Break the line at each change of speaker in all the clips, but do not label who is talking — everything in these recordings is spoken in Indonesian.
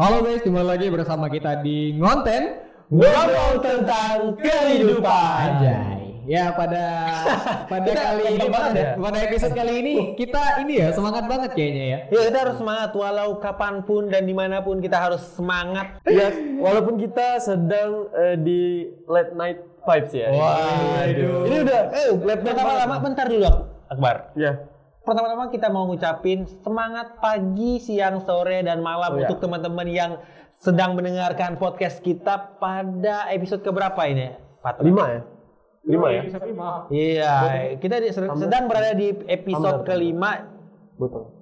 Halo guys, kembali lagi bersama kita di Ngonten
Ngomong tentang kehidupan.
Anjay. Ya pada pada
Kita
kali ini
lengkap banget
pada,
ya.
pada episode kali ini kita ini ya semangat banget kayaknya ya.
Ya kita harus semangat walau kapanpun dan dimanapun kita harus semangat.
Ya, walaupun kita sedang eh, di late night vibes ya.
Waduh. Ini udah eh pertama-tama bentar dulu Ak- Akbar.
Ya.
Pertama-tama kita mau ngucapin semangat pagi, siang, sore dan
Oh,
malam
ya.
untuk teman-teman yang sedang mendengarkan podcast kita pada episode keberapa ini? Pat?
Lima ya. Lima ya.
Iya, kita di- sedang berada di episode
Hamdan.
kelima
Betul.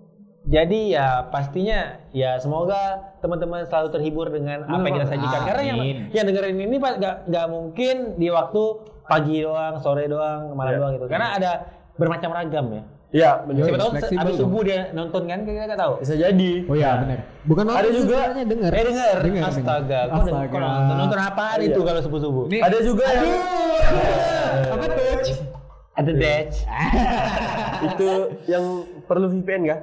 Jadi ya pastinya ya semoga teman-teman selalu terhibur dengan apa yang kita sajikan. Karena yang
Amin.
yang dengerin ini pak nggak nggak mungkin di waktu pagi doang, sore doang, malam
Ya.
doang gitu. Karena ada bermacam ragam ya.
Ya, benar.
Siapa tahu
fleksibel
abis
dong.
subuh dia nonton kan kita nggak tahu.
Bisa jadi.
Oh iya benar. Bukan nonton,
Ada juga-
sebenarnya denger.
Eh denger,
Denger,
astaga,
denger.
kok udah- kok
Astaga. Iya.
nonton, nonton apaan itu kalau subuh subuh?
Ini-
Ada juga yang
Apa tuh?
Ada
Iya.
batch.
itu yang perlu VPN kah?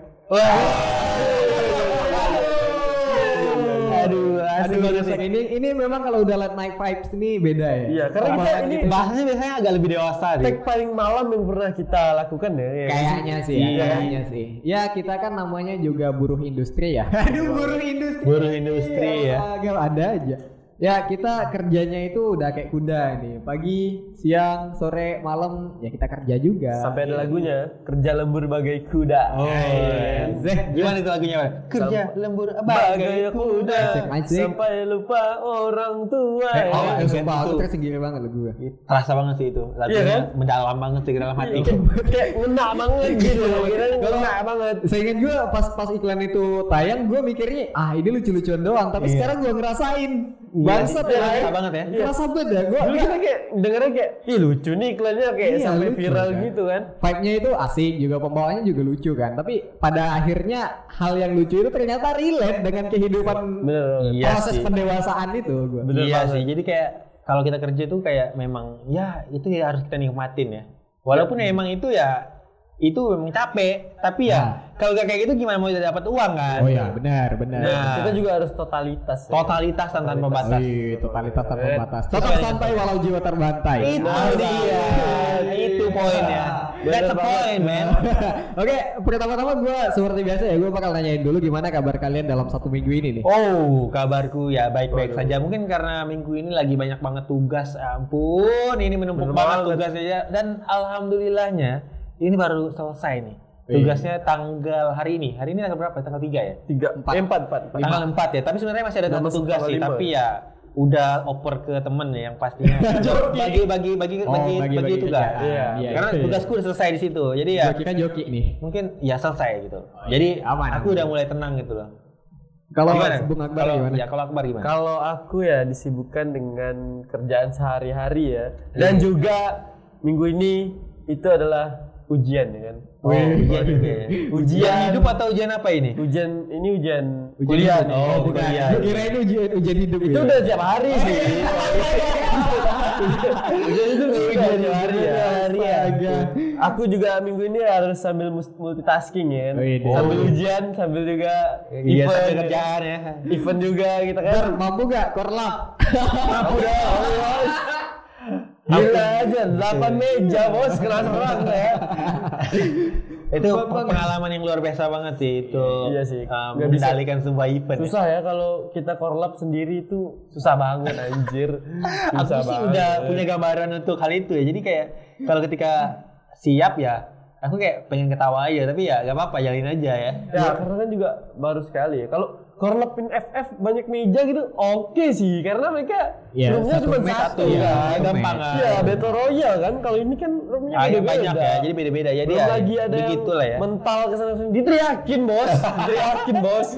Aduh, asik
Aduh,
banget sih.
ini ini memang kalau udah late night vibes ini beda ya.
Iya, karena
Sama
kita
lagi
ini
Bahasanya biasanya agak lebih dewasa deh.
tag paling malam yang pernah kita lakukan ya. ya.
Kayaknya sih, ya,
Iya.
kayaknya sih. Ya kita kan namanya juga buruh industri ya. Aduh buruh industri. Iya,
Buruh industri ya.
Agak ada aja. Ya kita kerjanya itu udah kayak kuda nih. Pagi, siang, sore, malam ya kita kerja juga.
Sampai ada lagunya, kerja lembur bagai kuda.
Oh,
Iya.
Zeh, gimana itu lagunya, Pak? Kerja
Sampai-
lembur
bagai
bagai
kuda
Asik, asik.
sampai lupa orang tua.
Eh, oh, eh,
Bukan
sumpah
itu.
aku tersendiri banget loh gue. Iya.
Terasa banget sih itu. Lagunya
Iya kan?
mendalam banget sih ke dalam hati.
Iya.
kayak ngena banget gitu
Kalau-
ngena banget
Seingat gue pas pas iklan itu tayang gue mikirnya ah ini lucu-lucuan doang tapi sekarang gue ngerasain bangsat
iya,
ya.
Terasa banget ya.
Ngerasa beda gue.
dulu kita kayak dengernya kayak ih lucu nih iklannya kayak
Iya,
sampai
lucu
viral
kan.
gitu kan
Vibe-nya itu asik juga pembawaannya juga lucu kan. Tapi pada akhirnya hal yang lucu itu ternyata relate dengan kehidupan
bener
Iya
proses
sih.
pendewasaan itu gue.
Bener
iya
banget.
sih. Jadi kayak kalau kita kerja itu kayak memang ya itu ya harus kita nikmatin ya. Walaupun
Iya.
ya emang itu ya itu memang capek, tapi ya
Nah.
kalau gak kayak gitu gimana mau dapat uang kan?
Oh ya benar benar.
Nah.
iya. kita juga harus totalitas ya.
Totalitas dan tanpa batas.
Wih, totalitas tanpa
Eh,
batas. Tetap
sesuai-
santai walau jiwa
Iya.
terbantai.
Itu dia. Itu poinnya.
Bener
That's the
banget.
point, man.
Oke, pertama-tama gue seperti biasa ya gue bakal nanyain dulu gimana kabar kalian dalam satu minggu ini nih.
Oh, kabarku ya baik-baik
Waduh.
saja. Mungkin karena minggu ini lagi banyak banget tugas. Ya Ampun, ini menumpuk
Bener
banget
banget.
tugas saja. Dan alhamdulillahnya ini baru selesai nih.
Iya.
Tugasnya tanggal hari ini. Hari ini tanggal berapa? Tanggal 3 ya?
tiga
Empat.
eh, empat empat empat.
Tanggal 4 ya. Tapi sebenarnya masih ada
Udah
satu
masuk
tugas
tanggal
sih,
lima.
tapi ya udah oper ke temen ya yang pastinya
Joki. Oh,
bagi bagi bagi bagi, bagi tugas.
Iya.
Iya,
Karena
itu ya.
tugasku udah selesai di situ. Jadi ya
Gua kira joki nih.
mungkin ya selesai gitu. Jadi
Aman,
aku
aman.
udah mulai tenang gitu loh.
Kalau
Gimana?
Bung Akbar
Kalau-
gimana?
Ya, kalau Akbar gimana?
kalau aku ya disibukkan dengan kerjaan sehari-hari
Iya.
ya dan juga minggu ini itu adalah ujian ya kan
Oh,
Wih.
iya juga ya. Ujian hidup atau ujian apa ini?
ujian ini ujian
Ujian hidup.
kuliah nih.
Oh,
bukan.
kuliah.
Gua kirain ujian ujian hidup.
itu
ya.
udah tiap hari sih
iya.
ujian itu udah
Ujian
tiap hari
Iya,
ya
tiap hari ya.
Astaga. aku juga minggu ini harus sambil mus- multitasking ya kan?
Oh, iya.
sambil
Oh.
ujian sambil juga
Iya, sambil
event
kerjaan ya.
event juga kita kan
Bar, mampu gak korlap?
aku udah Allah. gila aja 8 meja bos kelas orang ya
Itu
Bang, bang.
pengalaman yang luar biasa banget sih itu.
Iya sih,
eh,
nggak bisa.
Mengendalikan sebuah event. ya.
susah ya kalau kita korlap sendiri itu susah banget anjir
Aku
susah
sih
banget.
udah punya gambaran untuk hal itu ya. Jadi kayak kalau ketika siap ya, aku kayak pengen ketawa aja. Tapi ya gak apa-apa, jalin aja ya.
Ya, karena kan juga baru sekali ya. Kalau korlapin FF banyak meja gitu, oke sih. Karena mereka
Iya,
roomnya
satu
cuma
match,
satu
iya,
kan.
satu
gampang
match.
kan.
Iya, Battle Royale kan. Kalau ini kan roomnya
Agak
beda-beda.
banyak ya, jadi beda-beda. Jadi
Belum
ya,
lagi ada yang
begitulah ya.
mental kesana kesini. Diteriakin bos, diteriakin bos.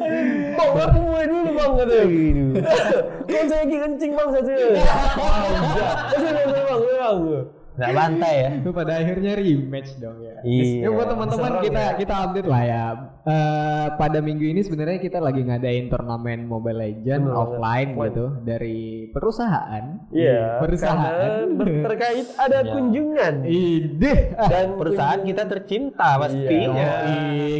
Bang, aku mulai dulu bang katanya. Kok saya lagi kencing bang Iya, satu. Terus saya bilang, iya, bang, saya bang.
Gak bantai ya.
Itu pada akhirnya rematch dong ya. Ya
Iya.
buat teman-teman
Serem
kita
ya.
kita update lah ya. Eh, pada minggu ini sebenarnya kita lagi ngadain turnamen Mobile Legend
Bener banget.
offline
Offline.
gitu dari perusahaan.
Iya, karena
Perusahaan.
ber- terkait ada
Iya.
kunjungan.
Ide.
Dan
Perusahaan kita tercinta
Iya.
pastinya.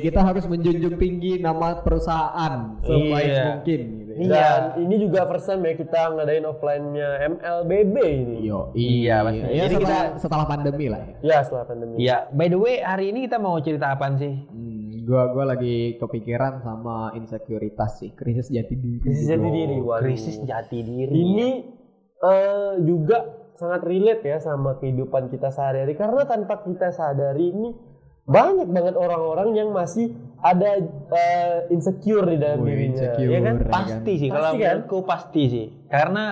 Kita harus menjunjung tinggi nama perusahaan sebaik
Iya.
mungkin. Gitu.
Dan
Iya.
ini juga first time ya kita ngadain offline-nya MLBB ini.
Yo,
Iya, pasti.
Ya,
Jadi
setelah, setelah pandemi lah ya.
Ya setelah pandemi.
Iya, by the way hari ini kita mau cerita apaan sih?
Hmm, gua gua lagi kepikiran sama insekuritas sih, krisis jati diri.
Krisis jati
Oh.
diri. waduh.
Krisis jati diri.
Ini eh, juga sangat relate ya sama kehidupan kita sehari-hari karena tanpa kita sadari ini banyak banget orang-orang yang masih ada eh, insecure di dalam
Wih,
dirinya.
insecure,
Ya kan?
ya kan?
pasti sih
Pasti
kalau
kan?
menurutku pasti sih. Karena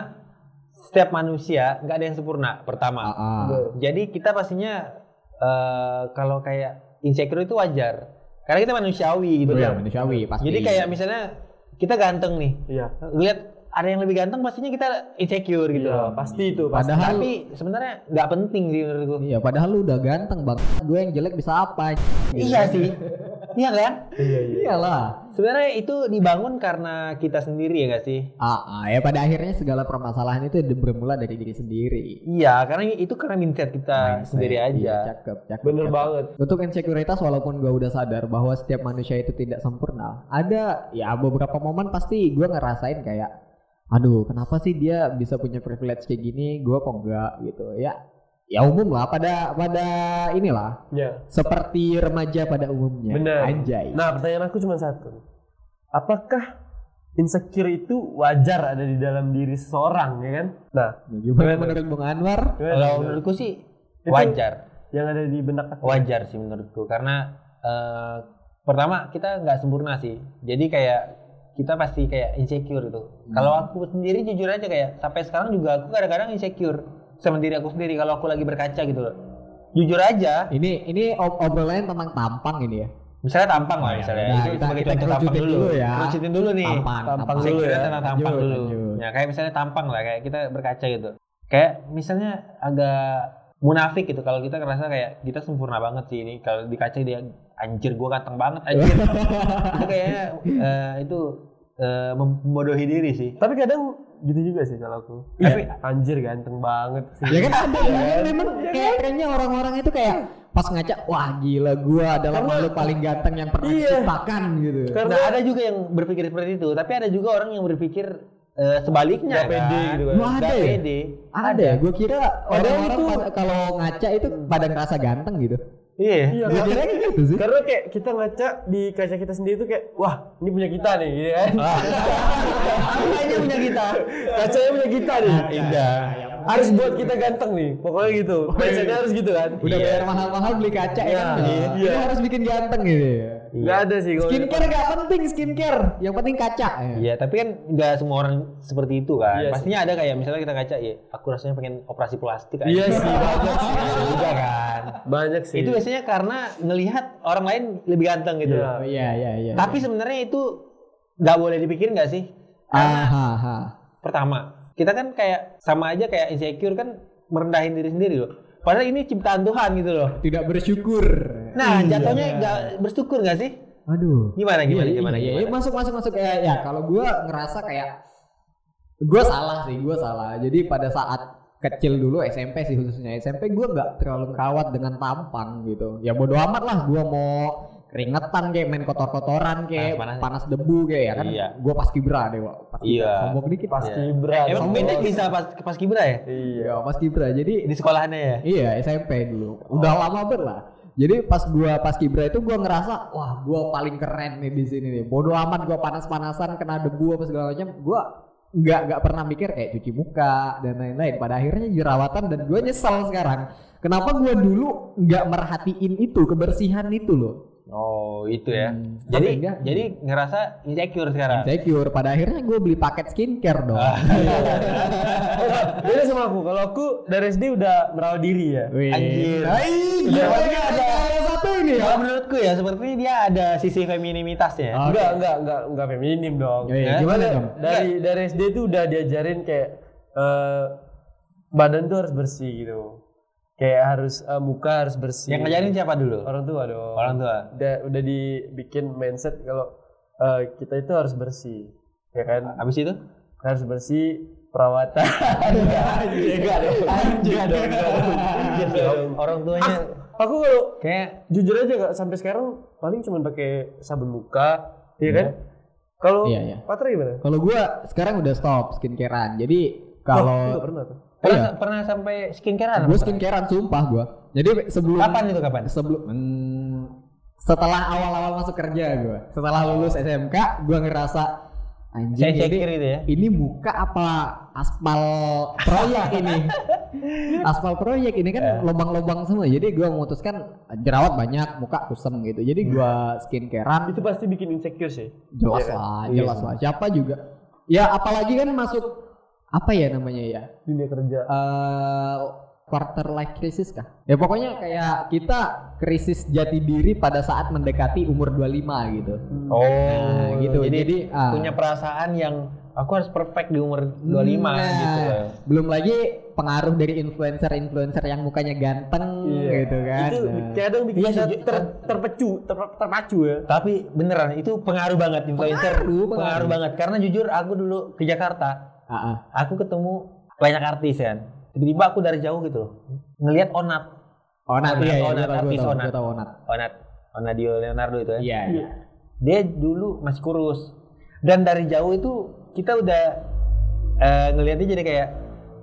setiap manusia nggak ada yang sempurna
Ah,
pertama.
ah.
Betul.
Jadi kita pastinya eh, kalau kayak insecure itu wajar. Karena kita manusiawi gitu
Betul, Iya.
kan.
manusiawi pasti.
Jadi kayak misalnya kita ganteng nih,
Iya.
lihat ada yang lebih ganteng pastinya kita insecure gitu
Iya,
loh.
pasti itu. Pasti.
Padahal-
Tapi sebenarnya nggak penting sih menurut gue.
Iya, padahal lu udah ganteng bang. Gue yang jelek bisa apa?
Iya sih. iya kan?
Iya, iya.
Iyalah.
Sebenarnya itu dibangun karena kita sendiri ya gak sih?
Ah, ah, ya pada akhirnya segala permasalahan itu bermula dari diri sendiri.
Iya, karena itu karena mindset kita
Mindset.
Nah, sendiri
Iya,
aja.
cakep, cakep.
Bener
cakep.
banget.
Untuk insekuritas walaupun gua udah sadar bahwa setiap manusia itu tidak sempurna, ada ya beberapa momen pasti gua ngerasain kayak aduh, kenapa sih dia bisa punya privilege kayak gini, gua kok enggak gitu. Ya ya umum lah pada pada inilah
Ya.
seperti remaja pada umumnya.
Bener.
Anjay.
Nah, pertanyaan aku cuma satu. Apakah insecure itu wajar ada di dalam diri seseorang, ya kan? Nah,
Gimana
Bener.
menurut Bung Anwar?
gimana
Kalau
Iya.
tuh?
menurutku sih
Itu-
wajar,
yang ada di benak aku.
wajar sih menurutku karena eh, pertama kita nggak sempurna sih. Jadi kayak kita pasti kayak insecure itu. Kalau
Hmm.
aku sendiri jujur aja kayak sampai sekarang juga aku kadang-kadang insecure sama diri aku sendiri kalau aku lagi berkaca gitu loh. Jujur aja,
Ini ini ob- obrolan tentang tampang ini ya.
misalnya tampang lah misalnya.
Nah,
itu
kita-
sebagai
kita
contoh tampang
kerucutin
dulu.
dulu ya.
Kerucutin dulu nih.
Tampang,
tampang
Saya
dulu
kira
ya.
tentang tampang
Lanjut,
dulu.
lanjut.
Ya kayak misalnya tampang lah, kayak kita berkaca gitu. Kayak misalnya agak munafik gitu kalau kita ngerasa kayak kita sempurna banget sih ini kalau di kaca dia anjir gua ganteng banget anjir itu kayaknya eh, itu eh, membodohi diri sih
Tapi kadang gitu juga sih kalau aku.
Iya.
Tapi anjir ganteng banget sih.
Ya kan ada ya kan? memang kayak trennya orang-orang itu kayak pas ngaca wah gila gua adalah
Karena-
makhluk paling ganteng yang pernah
Iya.
diciptakan gitu.
Karena
nah ada juga yang berpikir seperti itu tapi ada juga orang yang berpikir eh, sebaliknya
nggak pede
kan.
gitu kan.
Wah ada
Nggak
ya?
pede.
Ada ya, gua kira
Padahal
orang-orang
itu-
pada- kalau ngaca itu pada ngerasa ganteng gitu.
iya
Iya,
Gua kira gitu sih.
Karena kayak kita ngaca di kaca kita sendiri tuh kayak wah ini punya kita nih gitu kan.
Ah. Apanya punya kita? Ah, iya.
Kacanya punya kita nih.
Indah.
Harus buat kita ganteng nih.
Iya.
Pokoknya gitu. Mindsetnya harus gitu kan.
Udah bayar mahal-mahal beli kaca ya kan.
Iya.
Ini harus bikin ganteng gitu. ya.
Gak ada sih kalau
Skincare gak penting skincare, yang penting kaca. ya.
Iya, tapi kan nggak semua orang seperti itu kan.
Iya sih.
Pastinya ada kayak misalnya kita kaca, ya aku rasanya pengen operasi plastik aja.
Iya sih, banyak sih.
Juga kan.
Banyak sih.
Itu biasanya karena ngelihat orang lain lebih ganteng gitu.
Iya.
Oh, Iya iya iya.
Tapi sebenarnya itu nggak boleh dipikirin nggak sih? Karena
ah, ah, ah.
pertama, kita kan kayak sama aja kayak insecure kan merendahin diri sendiri loh. Padahal ini ciptaan Tuhan gitu loh.
tidak bersyukur.
Nah,
Iya.
jatuhnya nggak bersyukur nggak sih?
Aduh.
Gimana gimana
Iya,
gimana
iya, iya.
gimana?
masuk masuk masuk ya, ya kalau gua ngerasa kayak gua salah sih gua salah jadi pada saat kecil dulu SMP sih khususnya SMP gua nggak terlalu merawat dengan tampang gitu ya bodo amat lah gua mau keringetan kayak main kotor-kotoran kayak panas,
Panas-panas.
debu kayak ya kan
Iya.
gua pas kibra deh Wak. pas
Iya.
sombong dikit
pas
pas
Iya.
kibra.
Emang
sombong.
pendek bisa pas pas kibra ya?
Iya.
iya pas kibra jadi
Di sekolahannya ya?
Iya SMP dulu. Udah
Oh.
lama banget lah. Jadi pas gua pas kibra itu gua ngerasa wah gua paling keren nih di sini nih. Bodoh amat gua panas-panasan kena debu apa segala macam. Gua nggak nggak pernah mikir kayak cuci muka dan lain-lain. Pada akhirnya jerawatan dan gua nyesel sekarang. Kenapa gua dulu nggak merhatiin itu kebersihan itu loh?
Oh, itu ya.
Hmm.
Jadi
Tapi enggak.
jadi ngerasa insecure sekarang.
Insecure. Pada akhirnya gua beli paket skincare dong.
Ah.
Eh, Beda sama aku. Kalau aku dari SD udah merawat diri ya.
Wih.
Anjir.
Hai,
Jerawatnya ada.
ada satu ini ya.
Kalau menurutku ya sepertinya dia ada sisi ya. femininitasnya.
Oke.
Enggak, enggak, enggak, enggak feminim dong.
Ya, ya,
Ya,
gimana
Soalnya
dong?
Dari dari SD tuh udah diajarin kayak eh, badan tuh harus bersih gitu. Kayak harus eh, muka harus bersih.
Yang ngajarin siapa dulu?
iya. orang tua dong.
Orang tua.
Udah, udah dibikin mindset kalau eh, kita itu harus bersih. Ya kan?
Habis itu?
Harus bersih perawatan. Enggak dong. Enggak dong. Enggak dong. Enggak dong.
Orang tuanya
Aku kalau
Iya Ah. kayak
jujur aja nggak sampai sekarang paling cuma pakai sabun muka ya kan Kalau
Iya, iya.
Patra gimana?
Kalau gua sekarang udah stop skincarean. Jadi
Wah, nggak
kalau
pernah tuh.
Pernah,
Iya.
pernah sampai skincarean?
gua skincarean sumpah gua. Jadi sebelum
Kapan itu kapan?
sebelum hmm, setelah awal-awal masuk kerja gua, setelah lulus SMK gua ngerasa
Saya
anjing ini
cekir itu ya.
ini muka apa aspal proyek ini aspal proyek ini
Ya.
kan lubang-lubang semua jadi gua memutuskan jerawat banyak muka kusam gitu jadi gua skincarean
Itu pasti bikin insecure sih.
jelas
Iya kan?
lah
Iya.
jelas lah siapa juga ya apalagi kan masuk apa ya namanya ya
Dunia kerja.
eh quarter life crisis kah ya pokoknya kayak kita krisis jati diri pada saat mendekati umur 25 gitu
Oh,
Nah, gitu.
Jadi,
Jadi, ah.
punya perasaan yang aku harus perfect di umur 25
Nah,
gitu. ya.
belum lagi pengaruh dari influencer-influencer yang mukanya ganteng
Iya.
gitu kan
Itu
Nah.
kadang bikin
Iya,
kita
seju-
ter- terpecu, ter- terpacu ya.
Tapi beneran itu pengaruh banget
Pengaruh,
influencer.
pengaruh.
pengaruh banget karena jujur aku dulu ke Jakarta
Ah, ah.
aku ketemu banyak artis kan tiba-tiba aku dari jauh gitu loh ngelihat Onat
Onat,
Onat,
iya, iya,
Onat,
gua tahu,
artis
gua tahu,
Onat.
gua tahu Onat.
Onat Onadio Leonardo itu ya
Iya, iya.
dia dulu masih kurus dan dari jauh itu kita udah eh, ngelihatnya jadi kayak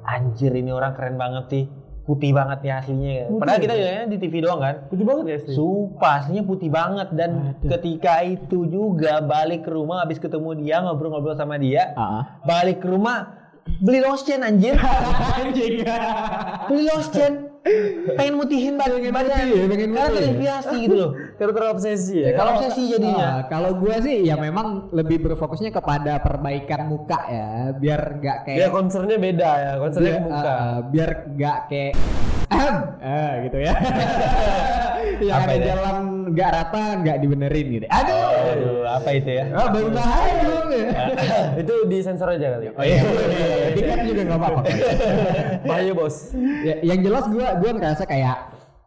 anjir ini orang keren banget sih putih banget ya aslinya
Putih
padahal kita
ya?
jadinya di TV doang kan
Lucu banget ya sih.
Sumpah aslinya putih banget dan
Aduh.
ketika itu juga balik ke rumah habis ketemu dia ngobrol-ngobrol sama dia
Ah, ah.
balik ke rumah beli lotion anjir
Anjing.
beli lotion pengen mutihin badan
Pengen
badan
putih ya, pengen
karena
putih.
terinspirasi gitu loh
Karena terobsesi ya.
kalau saya sih
Ah,
jadinya
kalau gue sih ya memang lebih berfokusnya kepada perbaikan muka ya, biar nggak kayak
Ya concernnya beda ya, concernnya
biar,
ke muka.
ah, ah, biar nggak kayak Ahem. ah, gitu ya. Yang
Apa
ada
ya?
jalan nggak rata nggak dibenerin gitu. Aduh,
aduh apa itu ya
ah, baru bahaya dong.
itu di sensor aja kali.
Oh iya, tiket juga nggak apa-apa. kok.
Bahaya bos.
ya, yang jelas gue gua ngerasa kayak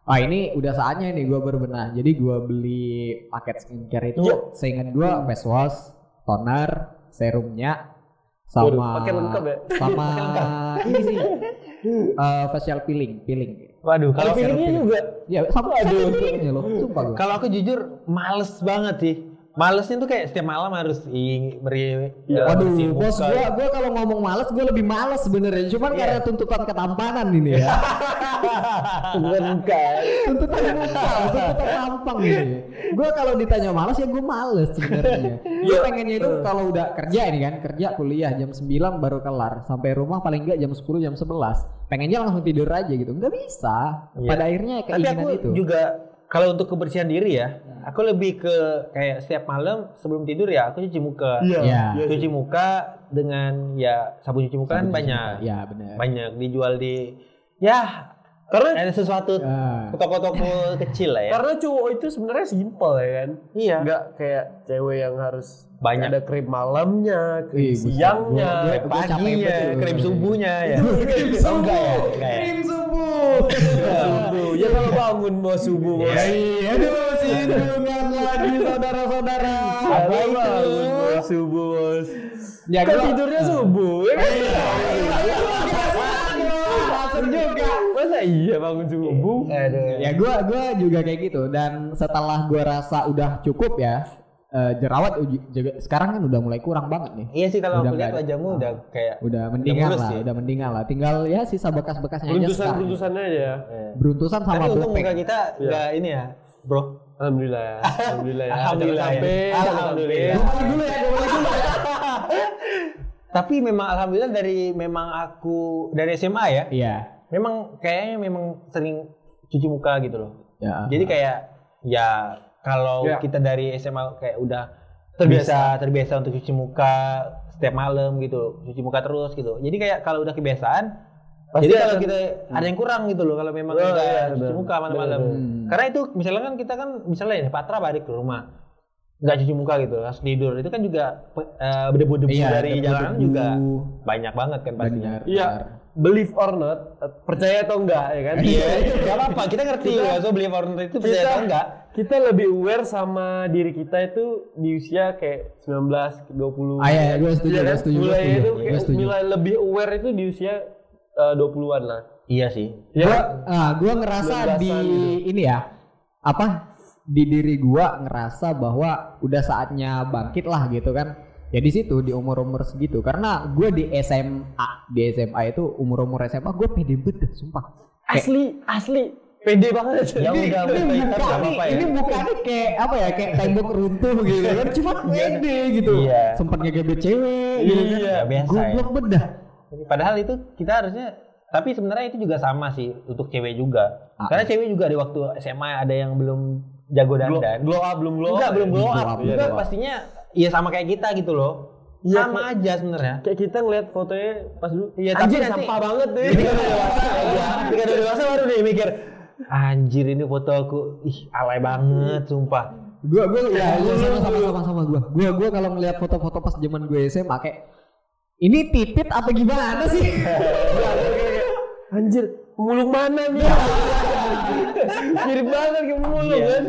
ah ini udah saatnya nih gue berbenah jadi gue beli paket skincare itu
Iya.
seingat gue face wash toner serumnya sama
Waduh, paket lengkap ya?
sama ini sih eh, facial peeling peeling
waduh
Kalau
kalau
feelingnya juga
ya sama
Aduh.
aduh peelingnya loh sumpah gue
kalau aku jujur males banget sih malesnya tuh kayak setiap malam harus ing beri eh,
Iya.
Waduh,
bersihin
bos
muka. ya.
gue gue kalau ngomong males gue lebih males sebenarnya cuman
Iya.
karena tuntutan ketampanan ini ya
bukan muka.
tuntutan muka, tuntutan tampang gitu. Gue kalau ditanya malas ya gue males sebenarnya. Gue
Iya.
pengennya itu kalau udah kerja ini kan, kerja kuliah jam 9 baru kelar, sampai rumah paling enggak jam 10 jam 11. Pengennya langsung tidur aja gitu. Enggak bisa.
Iya.
Pada akhirnya
tapi
keinginan
aku
itu.
juga kalau untuk kebersihan diri ya aku lebih ke kayak setiap malam sebelum tidur ya aku cuci muka
Iya.
Iya.
iya sih.
cuci muka dengan ya sabun cuci muka iya. kan banyak
Ya benar.
banyak dijual di ya
Karena
ada sesuatu
Ah.
toko-toko kecil lah ya
karena cowok itu sebenarnya simpel ya kan.
iya
Nggak kayak cewek yang harus
Banyak.
ada krim malamnya, krim
Ih, buset,
siangnya,
gua-
Krem
gua capek betul.
paginya iya. krim subuhnya ya
krim
Oh, enggak ya, enggak ya.
Krim subuh.
subuh. Ya kalau bangun mau subuh bos.
Iya.
Iya, aduh sindungan lagi saudara-saudara.
Apa
Kalau
itu?
bangun mau subuh bos.
Ya,
kan
Iya. gua- Iya.
tidurnya subuh. ya kan?
Langsung juga.
Masa iya bangun subuh?
Aduh.
ya gua gua juga kayak gitu dan setelah gua rasa udah cukup ya eh, jerawat uji- juga sekarang kan udah mulai kurang banget nih
iya sih kalau
Udah
aku
enggak
lihat
ada.
wajahmu
Ah.
udah kayak
udah mendingan
mulus
lah
ya?
udah mendingan lah tinggal ya sisa bekas-bekasnya aja sekarang.
Runtusan-runtusannya aja ya.
eh.
beruntusan sama
tapi untung muka
bopeng
kita
Iya.
enggak ini ya bro
Alhamdulillah ya. Alhamdulillah ya.
Alhamdulillah ya.
Jangan sampai, jangan
Alhamdulillah.
Gua balik dulu ya gua balik dulu ya.
tapi memang alhamdulillah dari memang aku dari SMA ya
iya
memang kayaknya memang sering cuci muka gitu loh
ya
Jadi kayak ya kalau
Ya.
kita dari SMA kayak udah
Terbiasa.
terbiasa terbiasa untuk cuci muka setiap malam gitu, cuci muka terus gitu. Jadi kayak kalau udah kebiasaan,
Pasti
jadi kalau
akan-
kita ada yang kurang gitu loh kalau
Oh,
memang udah
iya,
cuci
benar.
muka malam-malam.
Benar,
benar.
Karena itu misalnya kan kita kan misalnya ya Patra balik ke rumah nggak cuci muka gitu harus tidur itu kan juga eh, berdebu-debu
Iya,
dari
debu-debu.
jalanan juga banyak banget kan pastinya.
benar
Iya.
benar.
Believe or not, eh, percaya atau enggak ya kan?
Iya, nggak apa-apa kita ngerti ya, so beli warna itu percaya
kita-
atau enggak.
Kita lebih aware sama diri kita itu di usia kayak 19 20.
Ah, iya, iya, gua setuju,
Iya
gua
kan?
setuju, gua
Mulai
setuju,
itu
gua
kayak
setuju.
mulai lebih aware itu di usia eh, 20-an lah.
Iya sih.
Ya.
gua, ah, gua ngerasa
Bebasan
di
gitu.
ini ya apa di diri gua ngerasa bahwa udah saatnya bangkit lah gitu kan ya di situ di umur-umur segitu karena gue di SMA di SMA itu umur-umur SMA gue pede banget sumpah
Asli, asli. Pede banget.
Ya
ini,
udah,
ini bukan
baik, nggak
nih,
apa-apa ya.
ini bukan nih kayak apa ya kayak tembok runtuh gitu kan cuma pede gitu
Iya.
sempat ngegebet cewek gitu kan
Iya.
Ya, biasa ya.
goblok bedah
Padahal itu kita harusnya tapi sebenarnya itu juga sama sih untuk cewek juga.
Ah.
Karena cewek juga di waktu SMA ada yang belum jago
Glow,
dandan.
glow up, belum glow up.
Enggak, belum glow
Glow
up.
up,
Juga
glow up.
pastinya ya sama kayak kita gitu loh.
Iya,
sama aja sebenarnya.
Kayak kita ngeliat fotonya pas dulu.
Iya,
Anjir,
tapi nanti-
sampah banget deh.
Ketika udah dewasa, ya. Ketika udah dewasa baru nih mikir, anjir ini foto aku, ih alay banget sumpah.
gue gue ya ya, sama sama sama sama gue gue gue kalau ngeliat foto-foto pas zaman gue SMA kayak ini titit apa gimana sih
Anjir, mulung mana nih? Mirip banget ke mulung
Iya.
kan?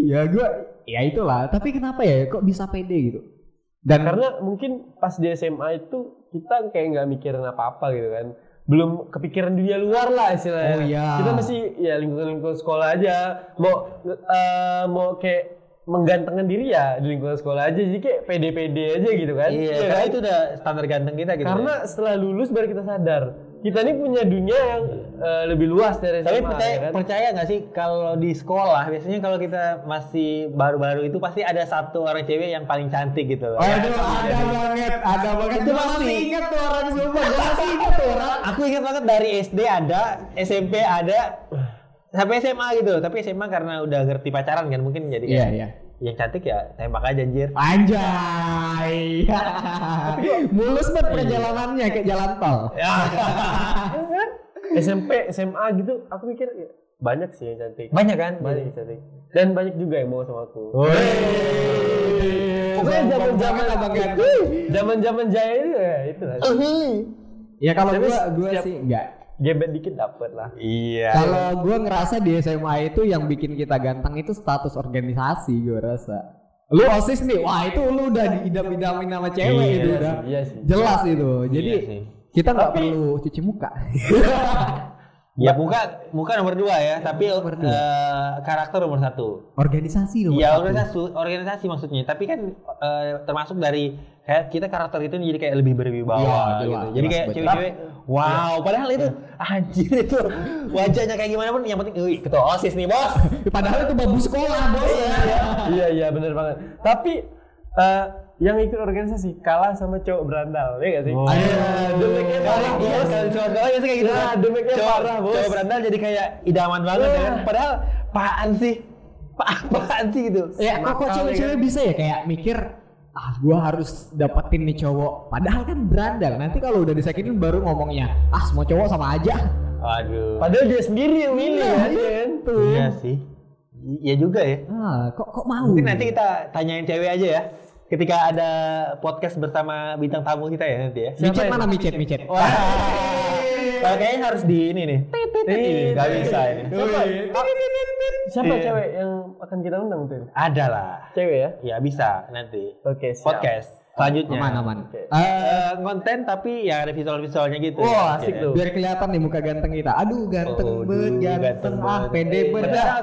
iya gue ya itulah tapi kenapa ya kok bisa pede gitu dan
Karena mungkin pas di SMA itu kita kayak nggak mikirin apa-apa gitu kan. Belum kepikiran dunia luar lah istilahnya.
Oh, iya.
Kita masih ya lingkungan-lingkungan sekolah aja. Mau eh, mau kayak menggantengkan diri ya di lingkungan sekolah aja. Jadi kayak pede-pede aja gitu kan.
Iya,
Iya
karena
kan?
itu udah standar ganteng kita gitu.
Karena setelah lulus baru kita sadar kita nih punya dunia yang eh, lebih luas dari SMA.
ya. tapi percaya
ya kan?
percaya nggak sih kalau di sekolah biasanya kalau kita masih baru-baru itu pasti ada satu orang cewek yang paling cantik gitu. loh.
Aduh, ada banget, ada banget. Iya.
Itu
Itu masih
pasti.
ingat tuh orang semua, gua masih ingat tuh orang.
Aku ingat banget dari SD ada, SMP ada, sampai SMA gitu. Tapi SMA karena udah ngerti pacaran kan mungkin jadi
Iya,
kayak
iya.
yang cantik ya tembak aja anjir.
Anjay. Mulus banget perjalanannya kayak jalan tol.
SMP, SMA gitu, aku mikir ya, banyak sih yang cantik.
Banyak Oh, kan?
Banyak
Iya.
yang cantik. Dan banyak juga yang mau sama aku.
Wih.
Pokoknya zaman-zaman
abang
abang Zaman-zaman jaya itu ya, itu lah.
Oh.
Ya kalau
Tapi
gua gua
setiap-
sih enggak.
Gebet dikit dapet lah.
Iya.
Kalau gua ngerasa di SMA itu yang bikin kita ganteng itu status organisasi gua rasa. Lu OSIS nih, wah itu lu udah diidam-idamin sama cewek
Iya
itu
sih,
udah.
iya sih.
Jelas itu. Jadi
Iya sih.
kita nggak
Tapi-
perlu cuci muka.
Ya muka muka nomor dua ya, tapi
Iya, nomor dua.
eh, karakter nomor satu.
organisasi
Iya,
loh.
Ya organisasi organisasi maksudnya, tapi kan eh, termasuk dari kayak kita karakter itu jadi kayak lebih berwibawa
Iya,
gitu.
jelas,
Jadi
jelas,
kayak
betul. Iya.
cewek-cewek wow, padahal itu anjir itu wajahnya kayak gimana pun yang penting "Wih, ketua OSIS nih, Bos.
Padahal itu babu sekolah bos ya.
iya, iya bener banget. Tapi eh, yang ikut organisasi kalah sama cowok berandal, ya gak sih?
Oh.
demeknya parah,
Iya,
bos.
kalau cowok-cowok biasanya kayak gitu.
Nah,
kan.
demeknya
Cowok-
parah, bos. Iya.
Cowok berandal jadi kayak idaman banget ya kan.
Wah.
Padahal apaan sih? Pa- Apaan sih gitu?
Ya kok kok
Nakal,
cewek-cewek bisa ya kayak mikir ah gua harus dapetin nih cowok. Padahal kan berandal. Nanti kalau udah disakitin baru ngomongnya ah semua cowok sama aja.
Waduh.
Padahal dia sendiri yang milih
Iya,
kan, ya kan?
Iya sih. Iya juga ya.
Ah kok kok mau?
Mungkin nanti kita tanyain cewek aja ya. Ketika ada podcast bersama bintang tamu kita ya nanti ya.
micet
Siapa
mana micet micet?
Wah. Kalau kayaknya harus di ini nih. Ini nggak bisa ini.
Iya, Siapa? Siapa
Iya.
cewek yang akan kita undang tuh?
Ada lah.
Cewek ya?
Ya bisa nanti.
Oke, siap.
Podcast selanjutnya.
Aman aman.
Oke.
Eh,
Eh, konten tapi ya ada visual-visualnya gitu.
Wah, asik
Ya.
tuh.
iya. biar kelihatan nih muka ganteng kita. Aduh
Aduh,
ganteng banget, ganteng ah
Oh, banget. Iya.
pede banget.
Padahal,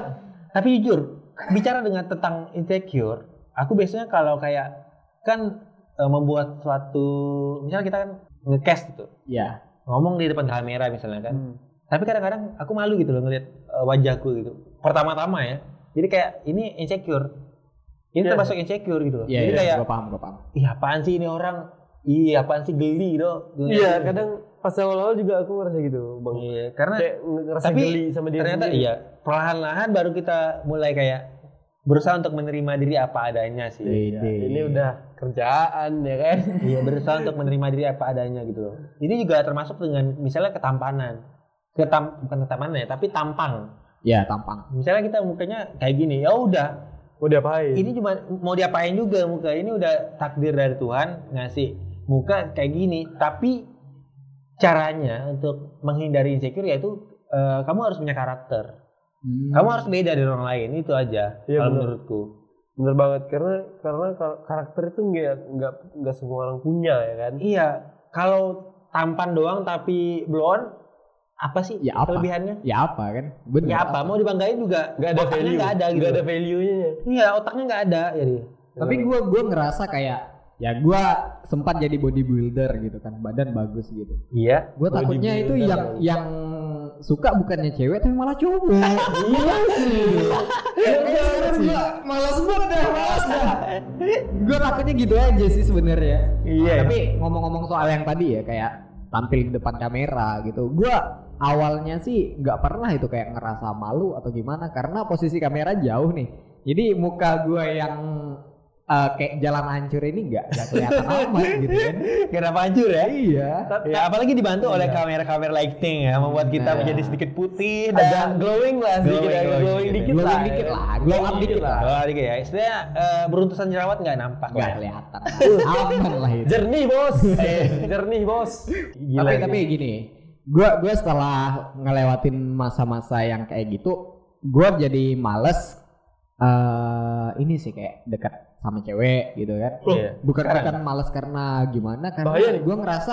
Tapi jujur, bicara dengan tentang insecure, aku biasanya kalau kayak kan eh, membuat suatu misalnya kita kan ngecast gitu,
Ya.
ngomong di depan kamera misalnya kan.
Hmm.
Tapi kadang-kadang aku malu gitu loh ngeliat eh, wajahku gitu. Pertama-tama ya. Jadi kayak ini insecure. Ini
Iya.
termasuk insecure gitu loh.
Iya
Jadi
iya,
kayak
gua paham gua paham.
ih apaan sih ini orang? Ih apaan sih geli dong.
Iya, kadang pas awal-awal juga aku ngerasa gitu, Bang.
Hmm. Iya, karena
Kayak ngerasa
tapi
geli sama diri
ternyata
sendiri.
iya perlahan-lahan baru kita mulai kayak berusaha untuk menerima diri apa adanya sih
Pede.
iya. Ya, Ini udah kerjaan ya kan?
iya berusaha untuk menerima diri apa adanya gitu loh ini juga termasuk dengan misalnya ketampanan ketam bukan ketampanan ya tapi tampang
Ya tampang.
misalnya kita mukanya kayak gini ya udah
Mau diapain?
ini cuma mau diapain juga muka ini udah takdir dari Tuhan ngasih muka kayak gini tapi caranya untuk menghindari insecure yaitu eh, kamu harus punya karakter
Hmm.
kamu harus beda dari orang lain itu aja
Iya,
kalau
benar.
menurutku
bener banget karena karena kar- karakter itu nggak nggak nggak semua orang punya ya kan?
iya kalau tampan doang tapi blonde apa sih
Ya, apa?
kelebihannya
Ya apa kan? Bener.
ya apa mau dibanggain juga
Nggak ada
otaknya
value.
nggak ada gitu
Nggak ada value-nya.
iya otaknya nggak ada jadi
Tapi gue gue ngerasa kayak ya gua sempat jadi bodybuilder gitu kan badan bagus gitu
Iya.
gue takutnya itu
Bodybuilder.
yang yang suka bukannya cewek tapi malah cowok iya sih Iya gue malas banget dah malas dah gue takutnya gitu aja sih sebenarnya
Iya.
Nah, tapi ngomong-ngomong soal yang tadi ya kayak tampil di depan kamera gitu gue awalnya sih nggak pernah itu kayak ngerasa malu atau gimana karena posisi kamera jauh nih jadi muka gue yang eh, kayak jalan hancur ini nggak nggak kelihatan amat gitu kan
Kenapa hancur ya?
iya
Ya, apalagi dibantu oleh kamera-kamera lighting ya, membuat kita
Iya.
menjadi sedikit putih
Ada
dan
glowing lah sedikit,
Glowing,
ada
glowing,
glowing
gitu.
dikit
Glowing
lah.
dikit lah, glow
Glowing
up
dikit
dikit
lah.
Oh, adik ya. Istilahnya eh, beruntusan jerawat nggak nampak.
nggak
lah.
kelihatan aman lah itu
Jernih bos,
Iya.
jernih bos. Gila,
tapi
gila.
tapi gini gua gua setelah ngelewatin masa-masa yang kayak gitu gua jadi males eh ini sih kayak dekat sama cewek gitu kan
Iya.
bukan
Sekarang?
bukan males karena gimana karena
Oh, Bahaya nih.
gua ngerasa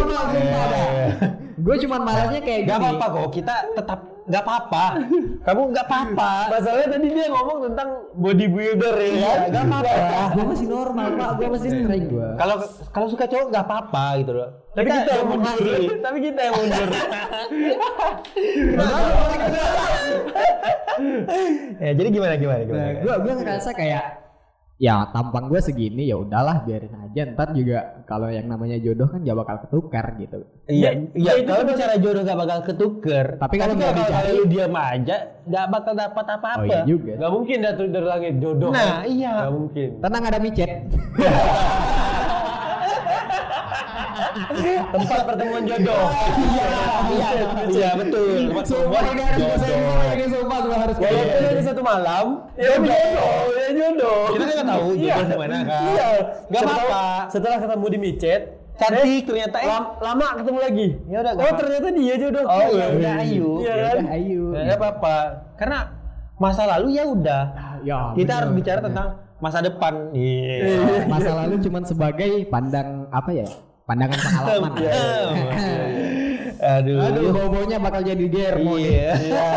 Iya, gue cuman malesnya kayak
Gak
gini
apa-apa kok, kita tetap gak apa-apa. Kamu gak apa-apa.
Masalahnya tadi dia ngomong tentang bodybuilder ya.
Iya,
kan?
gak apa-apa.
gue masih normal pak gue masih sering gue
Kalau kalau suka cowok gak apa-apa gitu loh.
Tapi kita, yang mundur.
menghasut.
Tapi kita yang mundur.
Nah,
Ya, jadi gimana gimana
Nah,
gimana.
gue gue ngerasa kayak ya tampang gue segini ya udahlah biarin aja ntar juga kalau yang namanya jodoh kan gak bakal ketukar gitu
Iya,
Ya,
iya.
ya itu
Kalau
kan-
bicara jodoh gak bakal ketuker.
Tapi kalau nggak dicari-
kalau lu diam aja, gak bakal dapat apa-apa.
oh iya juga
Gak mungkin datu dari langit jodoh.
Nah, iya.
Gak mungkin.
tenang ada micet
Tempat pertemuan jodoh. Iya, iya, iya, betul. Iya, Tempat pertemuan jodoh.
sumpah gue harus
Walaupun Ya, nanti satu malam, ya jodoh, ya jodoh.
Kita kan nggak tahu
Iya.
jodoh di mana kan.
Iya,
Nggak
Setelah-
apa-apa.
Setelah ketemu di micet,
Cantik ternyata eh.
lam- lama ketemu lagi.
Ya udah, nggak
Oh
apa-
ternyata dia jodoh.
Oh, ya udah, ayo.
Iya
ya
kan?
udah ayo
Gak apa-apa. Karena masa lalu ya udah.
ya
Kita
bener,
harus bicara
bener.
tentang masa depan. Iya.
masa lalu cuman sebagai pandang apa ya pandangan pengalaman
Iya. Aduh.
aduh bobonya bakal jadi germo nih.
Iya.